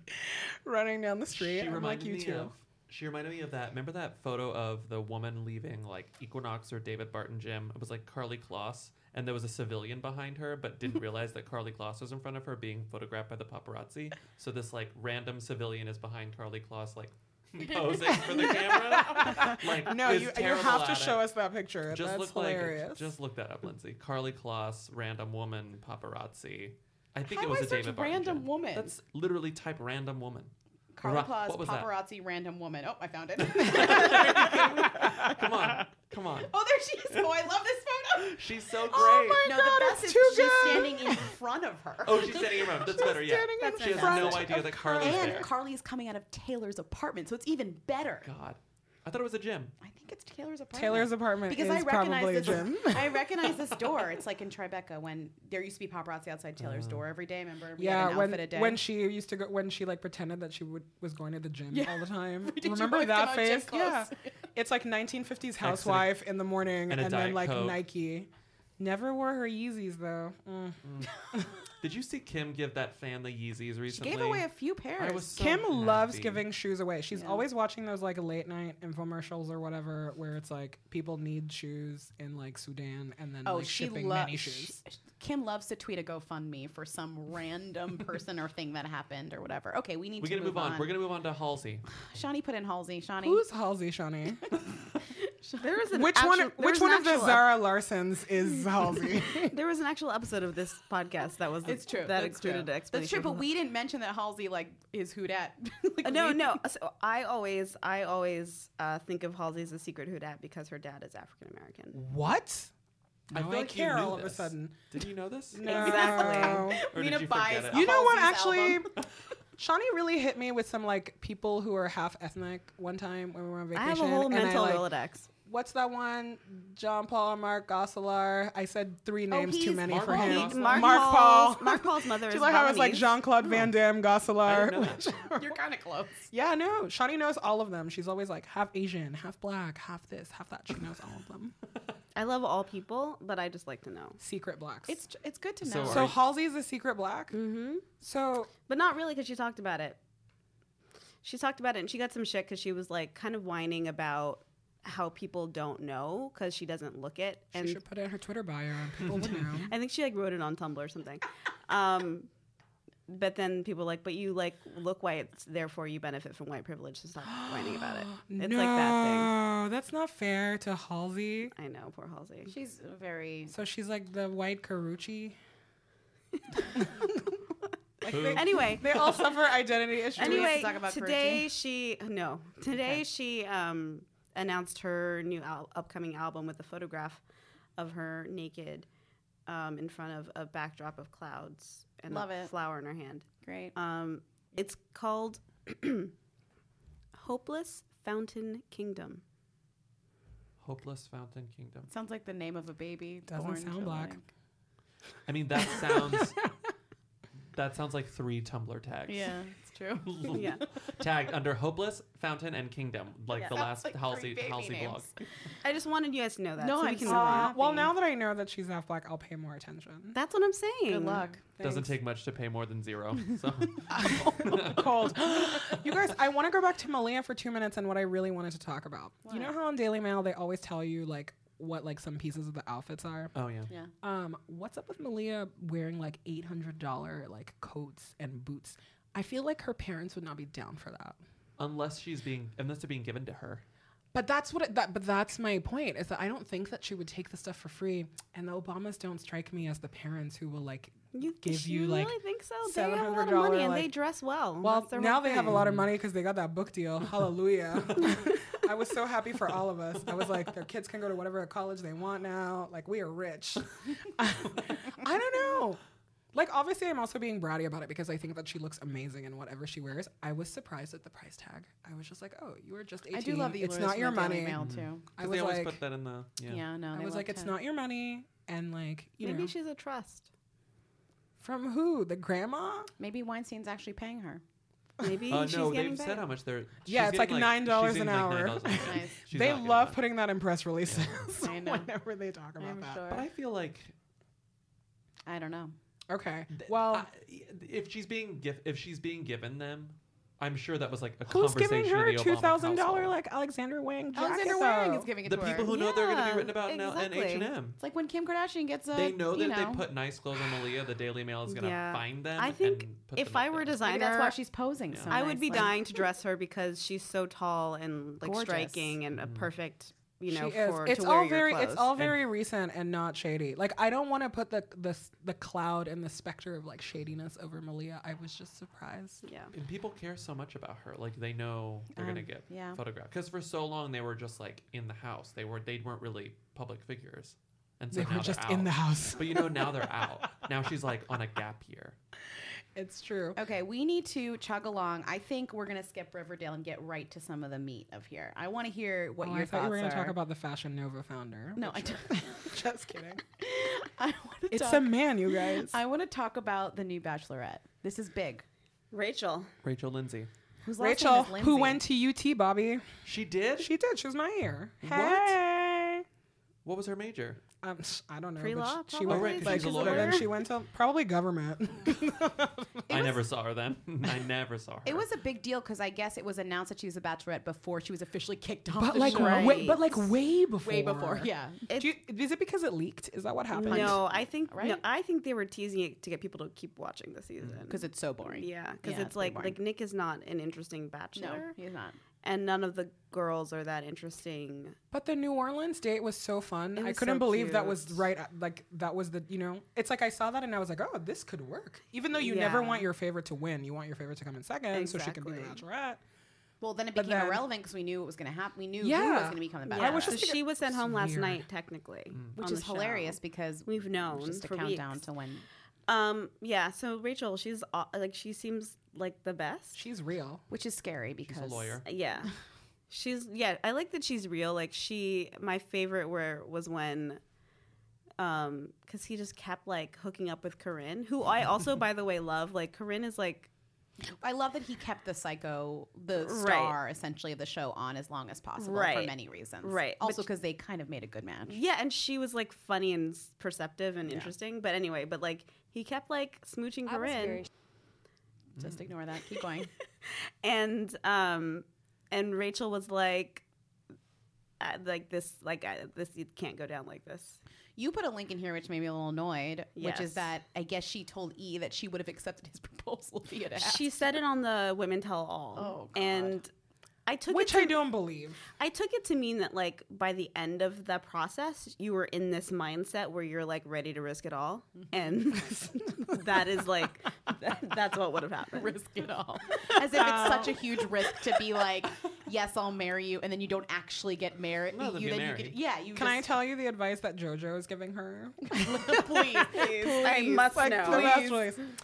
running down the She street. I'm like reminded you me too. of. She reminded me of that. Remember that photo of the woman leaving like Equinox or David Barton gym? It was like Carly Kloss, and there was a civilian behind her, but didn't realize that Carly Kloss was in front of her being photographed by the paparazzi. So this like random civilian is behind Carly Kloss, like posing for the camera. like, No, is you you terrible have to at show it. us that picture. Just That's look hilarious. like just look that up, Lindsay. Carly Kloss, random woman, paparazzi. I think How do it was I a search David Barton random gym. woman? That's literally type random woman. Carla Ra- Claus, what was that? paparazzi, random woman. Oh, I found it. Come on, come on. oh, there she is. Oh, I love this photo. She's so great. no, God, the best it's is too she's good. standing in front of her. Oh, she's standing in front. That's better. Yeah, standing in she has front no idea that Carly's and there. Carly is coming out of Taylor's apartment, so it's even better. God, I thought it was a gym. I think it's Taylor's apartment. Taylor's apartment because is I recognize probably a this, gym. I recognize this door. It's like in Tribeca when there used to be paparazzi outside Taylor's door every day. Remember, we had Yeah, an outfit a when day. when she used to go when she like pretended that she would was going to the gym Yeah. all the time. Did you Remember always come that out gym face? Yeah, clothes? it's like 1950s housewife in the morning and and, a then Diet like Coke. Nike. Never wore her Yeezys though. Mm. Did you see Kim give that fan the Yeezys recently? gave away a few pairs. I was so Kim loves happy. giving shoes away. She's always watching those like late night infomercials or whatever where it's like people need shoes in like Sudan and then oh, like she shipping loves. many shoes. Kim loves to tweet a GoFundMe for some random person or thing that happened or whatever. Okay, we need We're to gonna move on. We're gonna move on to Halsey. Shawnee put in Halsey. Shawnee. Who's Halsey Shawnee? There was an Which one? actual- there Which was one an of the actual Zara Larsons is Halsey? ep- There was an actual episode of this podcast that was It's true. that that's included true. an That's explanation. true, but we didn't mention that Halsey like is who dat. Like, Uh, no, we- no. So I always, I always uh, think of Halsey as a secret houdat because her dad is African American. what? I feel feel like you care knew all of a this. sudden. Did you know this? Exactly. No. Or did Mina you buys forget it? a You know what? Halsey's Actually, album. Shawnee really hit me with some like people who are half ethnic one time when we were on I vacation. have a whole and mental like, Rolodex. What's that one? John Paul, Mark Gosselaar. I said three names too Oh, he's- many Mark for Paul him. Gosselaar? Mark, Oh, Paul. Paul's, Mark Paul's mother Do is you like how I was like Balinese. Jean Claude Van Damme, I didn't know Gosselaar? that. you're kind of close. yeah, no. Shawnee knows all of them. She's always like half Asian, half black, half this, half that. She knows all of them. I love all people, but I just like to know. Secret blacks. It's it's good to So know. so Are- Halsey is a secret black. Mm-hmm. So But not really because she talked about it. She talked about it and she got some shit because she was like kind of whining about how people don't know because she doesn't look it. she And should put it in her Twitter bio and people would know. I think she like wrote it on Tumblr or something. Um, but then people were like, but you like look white, therefore you benefit from white privilege. So stop whining about it. It's like that No, that's not fair to Halsey. thing. I know, poor Halsey. She's very So she's like the white Karuchi. Anyway, They all suffer identity issues. we have to anyway, talk about today she no today she um, announced her new al- upcoming album with a photograph of her naked um, in front of a backdrop of clouds and Love a it. flower in her hand. great. Um, it's called Hopeless Fountain Kingdom. Hopeless Fountain Kingdom. Sounds like the name of a baby. Doesn't born sound to, black. like- I mean, that sounds. that sounds like three Tumblr tags. Yeah, it's true. Yeah. Tagged under Hopeless, Fountain, and Kingdom, like the Sounds last like three Halsey baby Halsey blog. names. I just wanted you guys to know that. No, so we I'm can so move on. happy. uh, well, now that I know that she's half black, I'll pay more attention. That's what I'm saying. Good luck. Doesn't take much to pay more than zero. So cold. you guys, I want to go back to Malia for two minutes and what I really wanted to talk about. You know how on Daily Mail they always tell you like what like some pieces of the outfits are. Oh yeah. Yeah. Um, what's up with Malia wearing like eight hundred dollar like coats and boots? I feel like her parents would not be down for that. Unless she's being unless they're being given to her. But that's what it, that. But that's my point is that I don't think that she would take the stuff for free. And the Obamas don't strike me as the parents who will like You, give you, really like, think so? They have a lot of $700, money and they like- dress well. Well, That's their now whole they have a thing. lot of money because they got that book deal. Hallelujah. I was so happy for all of us. I was like, their kids can go to whatever college they want now. Like, we are rich. I don't know. Like, obviously, I'm also being bratty about it because I think that she looks amazing in whatever she wears. I was surprised at the price tag. I was just like, oh, you are just 18. I do love the It's not your money. Mail too. I 'Cause was they always like, put that in the Mm-hmm. yeah. Yeah, no. I they was like, love it's to- not your money. And like, you Maybe know, she's a trust. from who? The grandma? Maybe Weinstein's actually paying her. Maybe Oh, Uh, she's no, getting they've paid. said how much they're. Yeah, she's it's like getting, $9 she's getting, an like, hour. $9 an hour. Nice. She's they not getting love that. putting that in press releases I know. whenever they talk about I'm that. sure. But I feel like I don't know. Okay. Th- Well, I- if she's being gif- if she's being given them, I'm sure that was like a who's conversation giving her in the two Obama thousand dollar household. like Alexander Wang? Jacket, Alexander Wang though? is giving it the to people her. who know they're going to be Yeah, written about now in exactly. H and M. It's like when Kim Kardashian gets a. They know that you if know, they put nice clothes on Malia, the Daily Mail is going to Yeah. find them. I think and put if them up I were there. designer, Maybe that's why she's posing so I would nice, be like- dying to dress her because she's so tall and like Gorgeous. striking and a Mm. perfect, you know, she is. for It's to wear all your very. clothes. It's all very recent and not shady. Like I don't want to put the the s- the cloud and the specter of like shadiness over Malia. I was just surprised. yeah. And people care so much about her, like they know they're going to Um, get yeah. photographed. Because for so long they were just like in the house. They were they weren't really public figures, and so they now were just they're out. in the house. But you know now they're out. Now she's like on a gap year. It's true. Okay, we need to chug along. I think we're gonna skip Riverdale and get right to some of the meat of here. I want to hear what Oh, your I thought thoughts you were going are. to talk about the Fashion Nova founder. no, I which- don't. just kidding. I want to It's talk. a man, you guys. I want to talk about the new Bachelorette. This is big. Rachel. Rachel Lindsay. Who's Rachel, who went to UT, Bobby. She did. She did. She was my ear. What? Hey. What was her major? Um, s- I don't know. Pre-law, but she- she probably, went Oh, right, 'cause like, she's a but then lawyer. she went to probably government. I never saw her then. I never saw her. It was a big deal because I guess it was announced that she was a Bachelorette before she was officially kicked off. but the like, show. Right. way, but like way before. way before, yeah. Do you, is it because it leaked? Is that what happened? No, I think no, Right? I think they were teasing it to get people to keep watching the season. Because Mm, it's so boring. yeah, because Yeah, it's pretty like boring. like Nick is not an interesting no, bachelor. he's not. and none of the girls are that interesting. But the New Orleans date was so fun. It I was couldn't so believe that was cute. right. at- Like that was the you know. It's like I saw that and I was like, oh, this could work. Even though you never Yeah. want your favorite to win, you want your favorite to come in second, so she can be the Exactly. bachelorette. Well, then it But became then- irrelevant because we knew it was going to happen. We knew who was Yeah. going to become the best. Yeah. I was so just thinking- she was sent home last weird. night, technically, which on is the show. hilarious because We've it's known just a for countdown weeks. to when. Um, yeah. So Rachel, she's aw- like she seems like the best. She's real. Which is scary because She's a lawyer. Yeah. She's yeah, I like that she's real. Like she my favorite where was when um cuz he just kept like hooking up with Corinne, who I also by the way love. Like Corinne is like I love that he kept the psycho, the Right. star essentially of the show on as long as possible for Right. many reasons. Right. Also But- because they kind of made a good match. yeah, and she was like funny and s- perceptive and interesting, but anyway, but like he kept like smooching Corinne Just ignore that. Keep going. and um and Rachel was like uh, like this like I, this it can't go down like this. You put a link in here which made me a little annoyed, which Yes. is that I guess she told E that she would have accepted his proposal if he had asked. She said it on the Women Tell All. Oh, God. And I took Which it to, I don't believe. I took it to mean that like by the end of the process, you were in this mindset where you're like ready to risk it all, Mm-hmm. and that is like that, that's what would have happened. risk it all. As if it's such a huge risk to be like, yes, I'll marry you, and then you don't actually get married. No, they'll you, get then You married. get, yeah, you Can I just, tell you the advice that JoJo is giving her? please, I must know. The last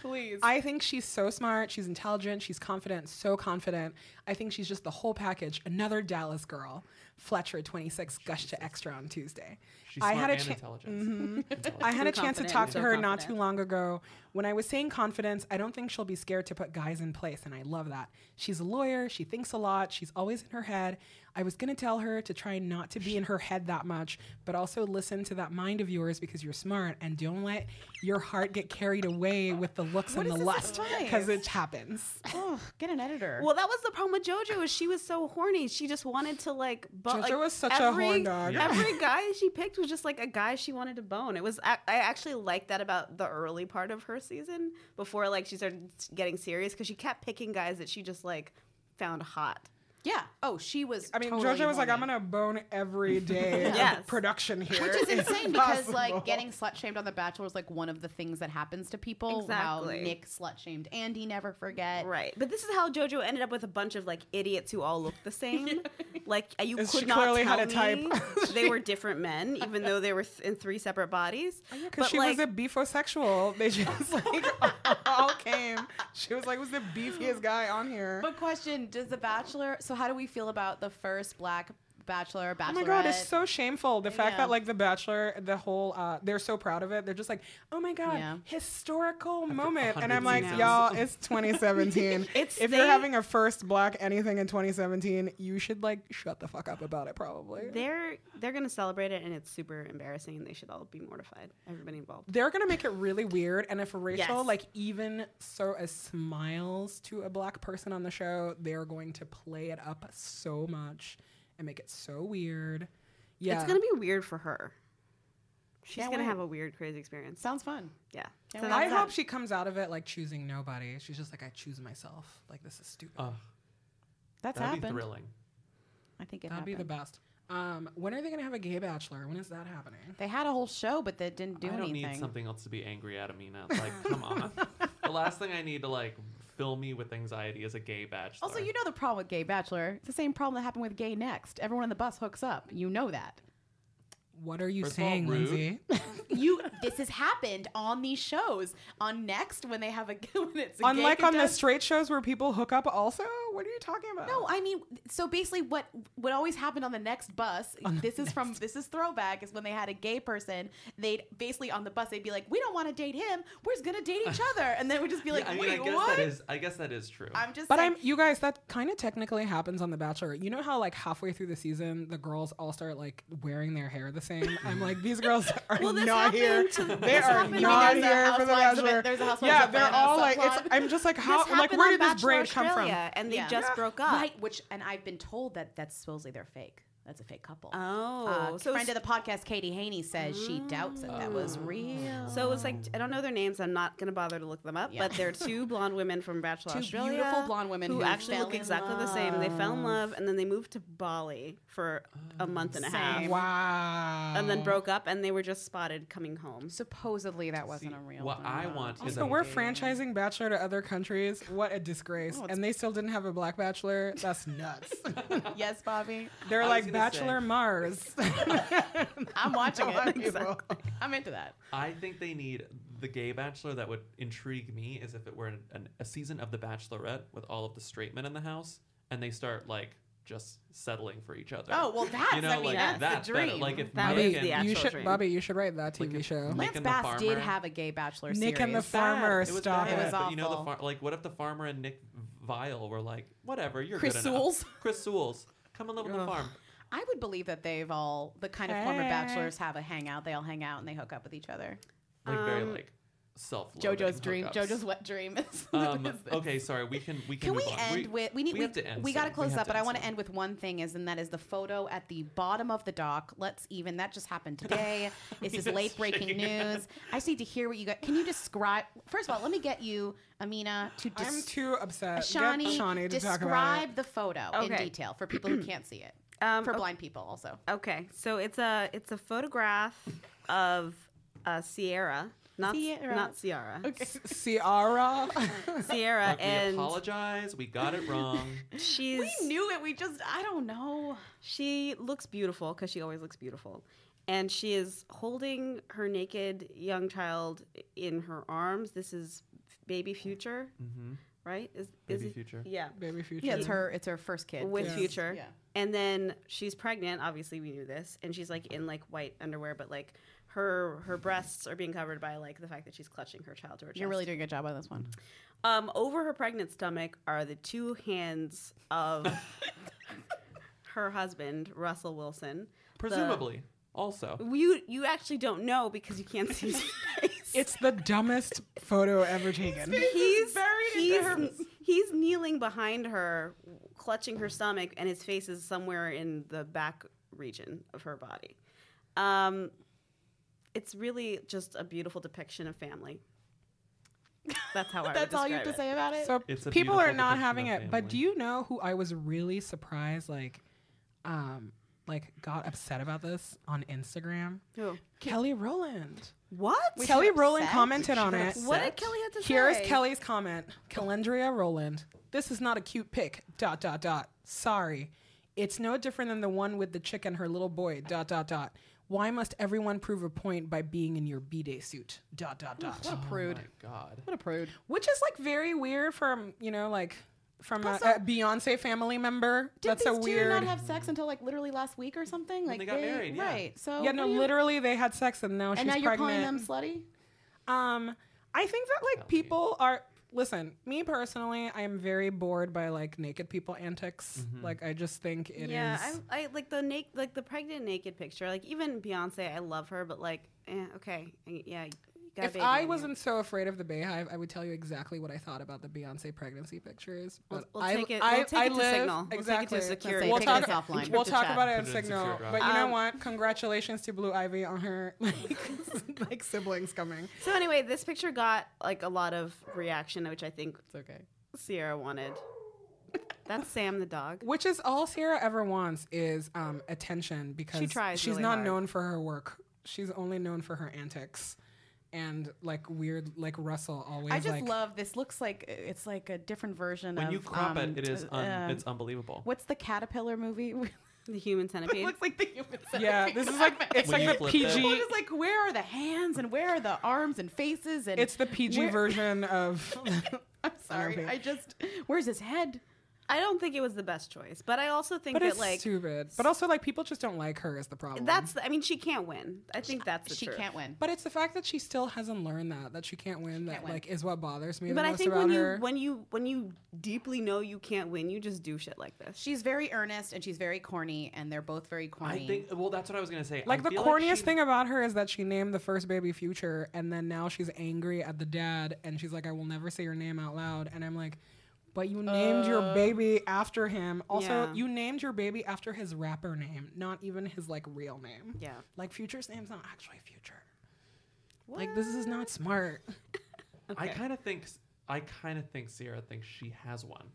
choice. I think she's so smart. She's intelligent. She's confident. So confident. I think she's just the whole package. Another Dallas girl. Fletcher, 26, gushed to extra on Tuesday. She's I smart had a and chance. intelligent. I had a chance to confident, talk so to her not confident. too long ago. When I was saying confidence, I don't think she'll be scared to put guys in place, and I love that. She's a lawyer, she thinks a lot, she's always in her head. I was going to tell her to try not to be in her head that much, but also listen to that mind of yours because you're smart and don't let your heart get carried away with the looks and the lust because it happens. Ugh, get an editor. Well, that was the problem with JoJo is she was so horny. She just wanted to like. Bu- JoJo like, was such a every- horn dog. Yeah. Every guy she picked was just like a guy she wanted to bone. It was I, I actually liked that about the early part of her season before like she started getting serious because she kept picking guys that she just like found hot. yeah. Oh, she was. I mean, totally JoJo was like, I'm horny. going to bone every day Yes. of production here. Which is It's insane because possible. like getting slut shamed on The Bachelor is like one of the things that happens to people. How Exactly. Nick slut shamed Andy, never forget. Right, but this is how JoJo ended up with a bunch of like idiots who all looked the same. Like uh, you Is could she not clearly tell had a type? me they were different men, even though they were th- in three separate bodies. Because she was a beefosexual. They just like all came. She was like, was the beefiest guy on here. But question: Does The Bachelor? So how do we feel about the first black Bachelor? Bachelorette? Oh my god, it's so shameful. The fact Yeah. that like The Bachelor, the whole uh they're so proud of it. They're just like, oh my god, Yeah. historical moment. And 100 I'm like, seasons. y'all, it's 2017. It's- if they- you're having a first black anything in 2017, you should like shut the fuck up about it. Probably. They're they're gonna celebrate it, and it's super embarrassing, and they should all be mortified. Everybody involved. they're gonna make it really weird. And if Rachel Yes. like even so as smiles to a black person on the show, they're going to play it up so much and make it so weird. Yeah, It's gonna be weird for her. She's Can't gonna wait. have a weird, crazy experience. sounds fun. yeah. Can't So wait. that's I that. hope she comes out of it like choosing nobody. She's just like, I choose myself. Like this is stupid. Ugh, That's that'd be happened. thrilling. I think it That'd be happened. the best. Um, when are they gonna have a gay bachelor? When is that happening? They had a whole show, but that didn't do I don't anything. need something else to be angry at, Amina. Like, come on. The last thing I need to like fill me with anxiety is a gay bachelor. also, you know the problem with Gay Bachelor. It's the same problem that happened with Gay Next. Everyone on the bus hooks up. You know that. What are you First of all, saying, rude. Lindsay? You. this has happened on these shows. On Next, when they have a when it's a gay Unlike on the contest- straight shows where people hook up, also. What are you talking about? No, I mean, so basically, what what always happened on the next bus? this is from this is throwback. Is when they had a gay person. They'd basically on the bus they'd be like, "We don't want to date him. We're just gonna date each other," and then we'd just be like, yeah, I mean, I "Wait, guess what?" that is. I guess that is true. I'm just. But saying, I'm you guys, that kind of technically happens on The Bachelor. You know how like halfway through the season the girls all start like wearing their hair the same? I'm like, these girls are Well, this not happened here. to- they this are happened- You mean not there's a here for the Housewives of it- Bachelor. there's a Housewives yeah, of they're Atlanta all like it's subplot. I'm just like This how like happened where on did this Bachelor braid come from? Australia, And they Yeah. just broke up. right, which and I've been told that that's supposedly they're fake. That's a fake couple. Oh, Uh, so friend it's- of the podcast, Katie Haney, says she doubts that that was real. So it was like I don't know their names. I'm not gonna bother to look them up. Yeah. But they're two blonde women from Bachelor Two Australia, beautiful blonde women who, who actually fell look in exactly the same. They fell in love and then they moved to Bali for a month and a half, Wow. and then broke up. And they were just spotted coming home. Supposedly that wasn't a real. what one. I want is Also, a we're franchising Bachelor to other countries. What a disgrace. and they still didn't have a black Bachelor. That's nuts. yes, Bobby. They're was like gonna Bachelor say. Mars. I'm watching it. Exactly. I'm into that. I think they need the gay bachelor that would intrigue me is if it were an, an, a season of The Bachelorette with all of the straight men in the house and they start like just settling for each other. Oh, well, that's- you know, I mean, like, that's the that's better. dream. Like if That Megan, is the actual you should, dream. Bobby, you should write that Like TV if- show. like- Lance Nick and the Bass did Farmer. have a gay bachelor Nick series. and the Farmer. It was Stop bad, It was but you know the awful. far- like what if the farmer and Nick Vile were like, whatever, you're Chris good Sewells? enough. Chris Sewells, come and live on the farm. I would believe that they've all the kind of former Hey. bachelors have a hangout. They all hang out and they hook up with each other. Like very Um, like self. JoJo's dream. JoJo's wet dream. Is, Um, is this. okay, sorry. We can we can. Can we move on. end with we need we, have to end. we got to soon. close have up, but I want to soon. end with one thing is and that is the photo at the bottom of the dock. Let's even that just happened today. this is Yes, late breaking shaking your news. I just need to hear what you got. Can you describe First of all, let me get you Amina to des- I'm too upset. Shawnee, Get Shawnee to talk about it. describe the photo in Okay. detail for people who can't see it. Um, for o- blind people also. Okay, so it's a it's a photograph of uh, Sierra, not Sierra. not Ciara, Ciara. Sierra, Look, Uh, and we apologize. We got it wrong. she's We knew it. We just I don't know. She looks beautiful because she always looks beautiful. And she is holding her naked young child in her arms. This is baby future, mm-hmm. right? Is, is Baby it- future. Yeah, Baby future. Yeah, it's her it's her first kid. with Yeah. future. Yeah. And then she's pregnant. Obviously, we knew this. And she's like in like white underwear, but like her her breasts are being covered by like the fact that she's clutching her child to her chest. You're really doing a good job on this one. Um, over her pregnant stomach are the two hands of her husband, Russell Wilson. The- Presumably, also. You you actually don't know because you can't see his face. It's the dumbest photo ever taken. he's he's, he's kneeling behind her, clutching her stomach, and his face is somewhere in the back region of her body. Um, it's really just a beautiful depiction of family. That's how I. That's would all you have describe to it. say about it. So It's a people are beautiful not depiction having of it. But family. do you know who I was really surprised, like, um, like got upset about this on Instagram? Who? Kelly Rowland. What? Kelly upset? Rowland commented on got it. upset? what did Kelly have to say? Here's Kelly's comment. Calendria Rowland. This is not a cute pic. Dot dot dot. Sorry. It's no different than the one with the chick and her little boy. Dot dot dot. Why must everyone prove a point by being in your B-day suit? Dot dot dot. prude. My God. What a prude. Which is like very weird from, you know, like from a, a Beyonce family member. Did That's these a two weird. not have sex until like literally last week or something? Like they got married, yeah. right? So yeah, no, what do you- literally they had sex and now she's And now you're calling pregnant. them slutty? Um, I think that like Kelly. people are listen. Me personally, I am very bored by like naked people antics. Mm-hmm. Like I just think it is. yeah, I, I like the naked, like the pregnant naked picture. Like even Beyonce, I love her, but like, eh, okay, I- yeah. you got a if baby on I your wasn't so afraid of the Bayhive, I would tell you exactly what I thought about the Beyonce pregnancy pictures. We'll- But we'll I, take it- I, we'll take I it to live- Signal. We'll take it to Exactly. Secure. Let's We'll say, talk, take this offline. We'll Crypto talk chat. about it in Put it in Secure Signal. Drive. But you know Um, what? Congratulations to Blue Ivy on her like, like siblings coming. So anyway, this picture got like a lot of reaction, which I think It's okay. Sierra wanted. That's Sam the dog. Which is all Sierra ever wants is um, attention because tries she's really not hard. known for her work. She's only known for her antics and like weird, like Russell always. I just like, love this. Looks like it's like a different version. When of, you crop um, it, it is uh, un- um, it's unbelievable. what's the caterpillar movie? The human centipede. looks like the human. Yeah, centipede this is like cockpit. it's When you like the flip PG. Well, just like where are the hands and where are the arms and faces and It's the PG Where- version of. I'm sorry, Okay. I just where's his head? I don't think it was the best choice, but I also think but that it's like stupid. But also, like people just don't like her is the problem. that's. The, I mean, she can't win. I think that's the She truth. can't win. But it's the fact that she still hasn't learned that that she can't win. that can't win. like is what bothers me. But the I most think about when her. you when you when you deeply know you can't win, you just do shit like this. She's very earnest and she's very corny, and they're both very corny. I think. Well, that's what I was gonna say. Like I the feel corniest she- thing about her is that she named the first baby Future, and then now she's angry at the dad, and she's like, "I will never say your name out loud." And I'm like, But you named Uh. your baby after him. Also, Yeah. you named your baby after his rapper name, not even his like real name. Yeah. Like Future's name's not actually Future. Like this is not smart. I kind of think I kind of think Sierra thinks she has one,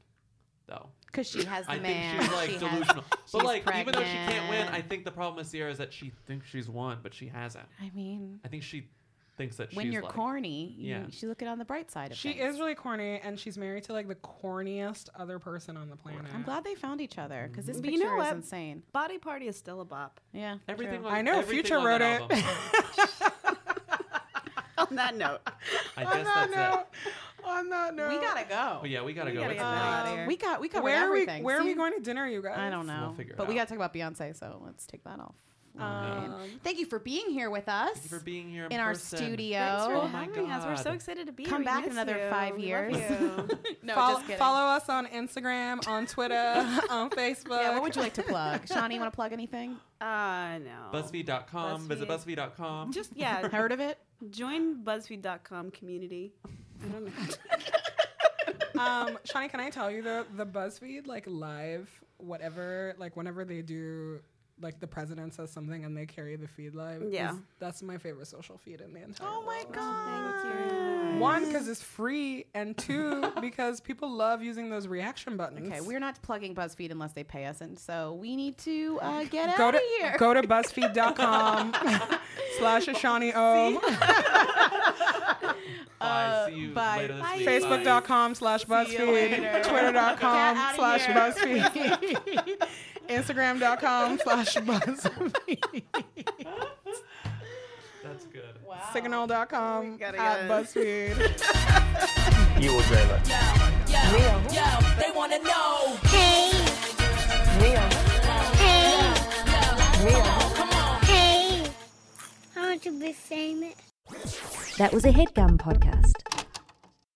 though. Because she has the I man. think she's like she has- delusional. she's but like, even though she can't win, pregnant. I think the problem with Sierra is that she thinks she's won, but she hasn't. I mean, I think she thinks that when she's you're like, corny, you, Yeah. she's looking on the bright side of She things. is really corny, and she's married to like the corniest other person on the planet. I'm glad they found each other because this But picture you know is what? insane. Body Party is still a bop. Yeah, Everything true. on- I know, everything Future on wrote that it. album. On that note, I guess that's it. On that note, we gotta go. Oh yeah, we gotta go. gotta It's get late. out of We got we covered where are we? everything. Where are we See? going to dinner, you guys? I don't know, figure it but we gotta out. talk about Beyonce. So let's take that off. Um, Thank you for being here with us Thank you for being here in, in our person. studio. thanks for Oh my having us. We're so God. excited to be Come here. back we in miss another you. five We years. love you. no, follow, just kidding. follow us on Instagram, on Twitter, on Facebook. Yeah, what would you like to plug? Shawnee, you want to plug anything? uh, no. BuzzFeed.com. Visit BuzzFeed. BuzzFeed.com. Just yeah, Heard of it? join BuzzFeed.com community. I don't know. um, Shawnee, can I tell you the the BuzzFeed like live whatever like whenever they do like the president says something and they carry the feed live. is- Yeah. that's my favorite social feed in the entire. Oh my world. god! One, because it's free, and two, because people love using those reaction buttons. Okay, we're not plugging BuzzFeed unless they pay us, and so we need to uh, get go out to of here. go to BuzzFeed.com slash Shawnee O, Bye. See you uh, bye. later this Bye. week. Bye. Facebook.com slash later. BuzzFeed, Twitter.com slash BuzzFeed, Instagram.com slash BuzzFeed, That's good. Signal.com at BuzzFeed. You were great. Like. Hey. Hey. Hey. How to be famous? That was a headgum podcast.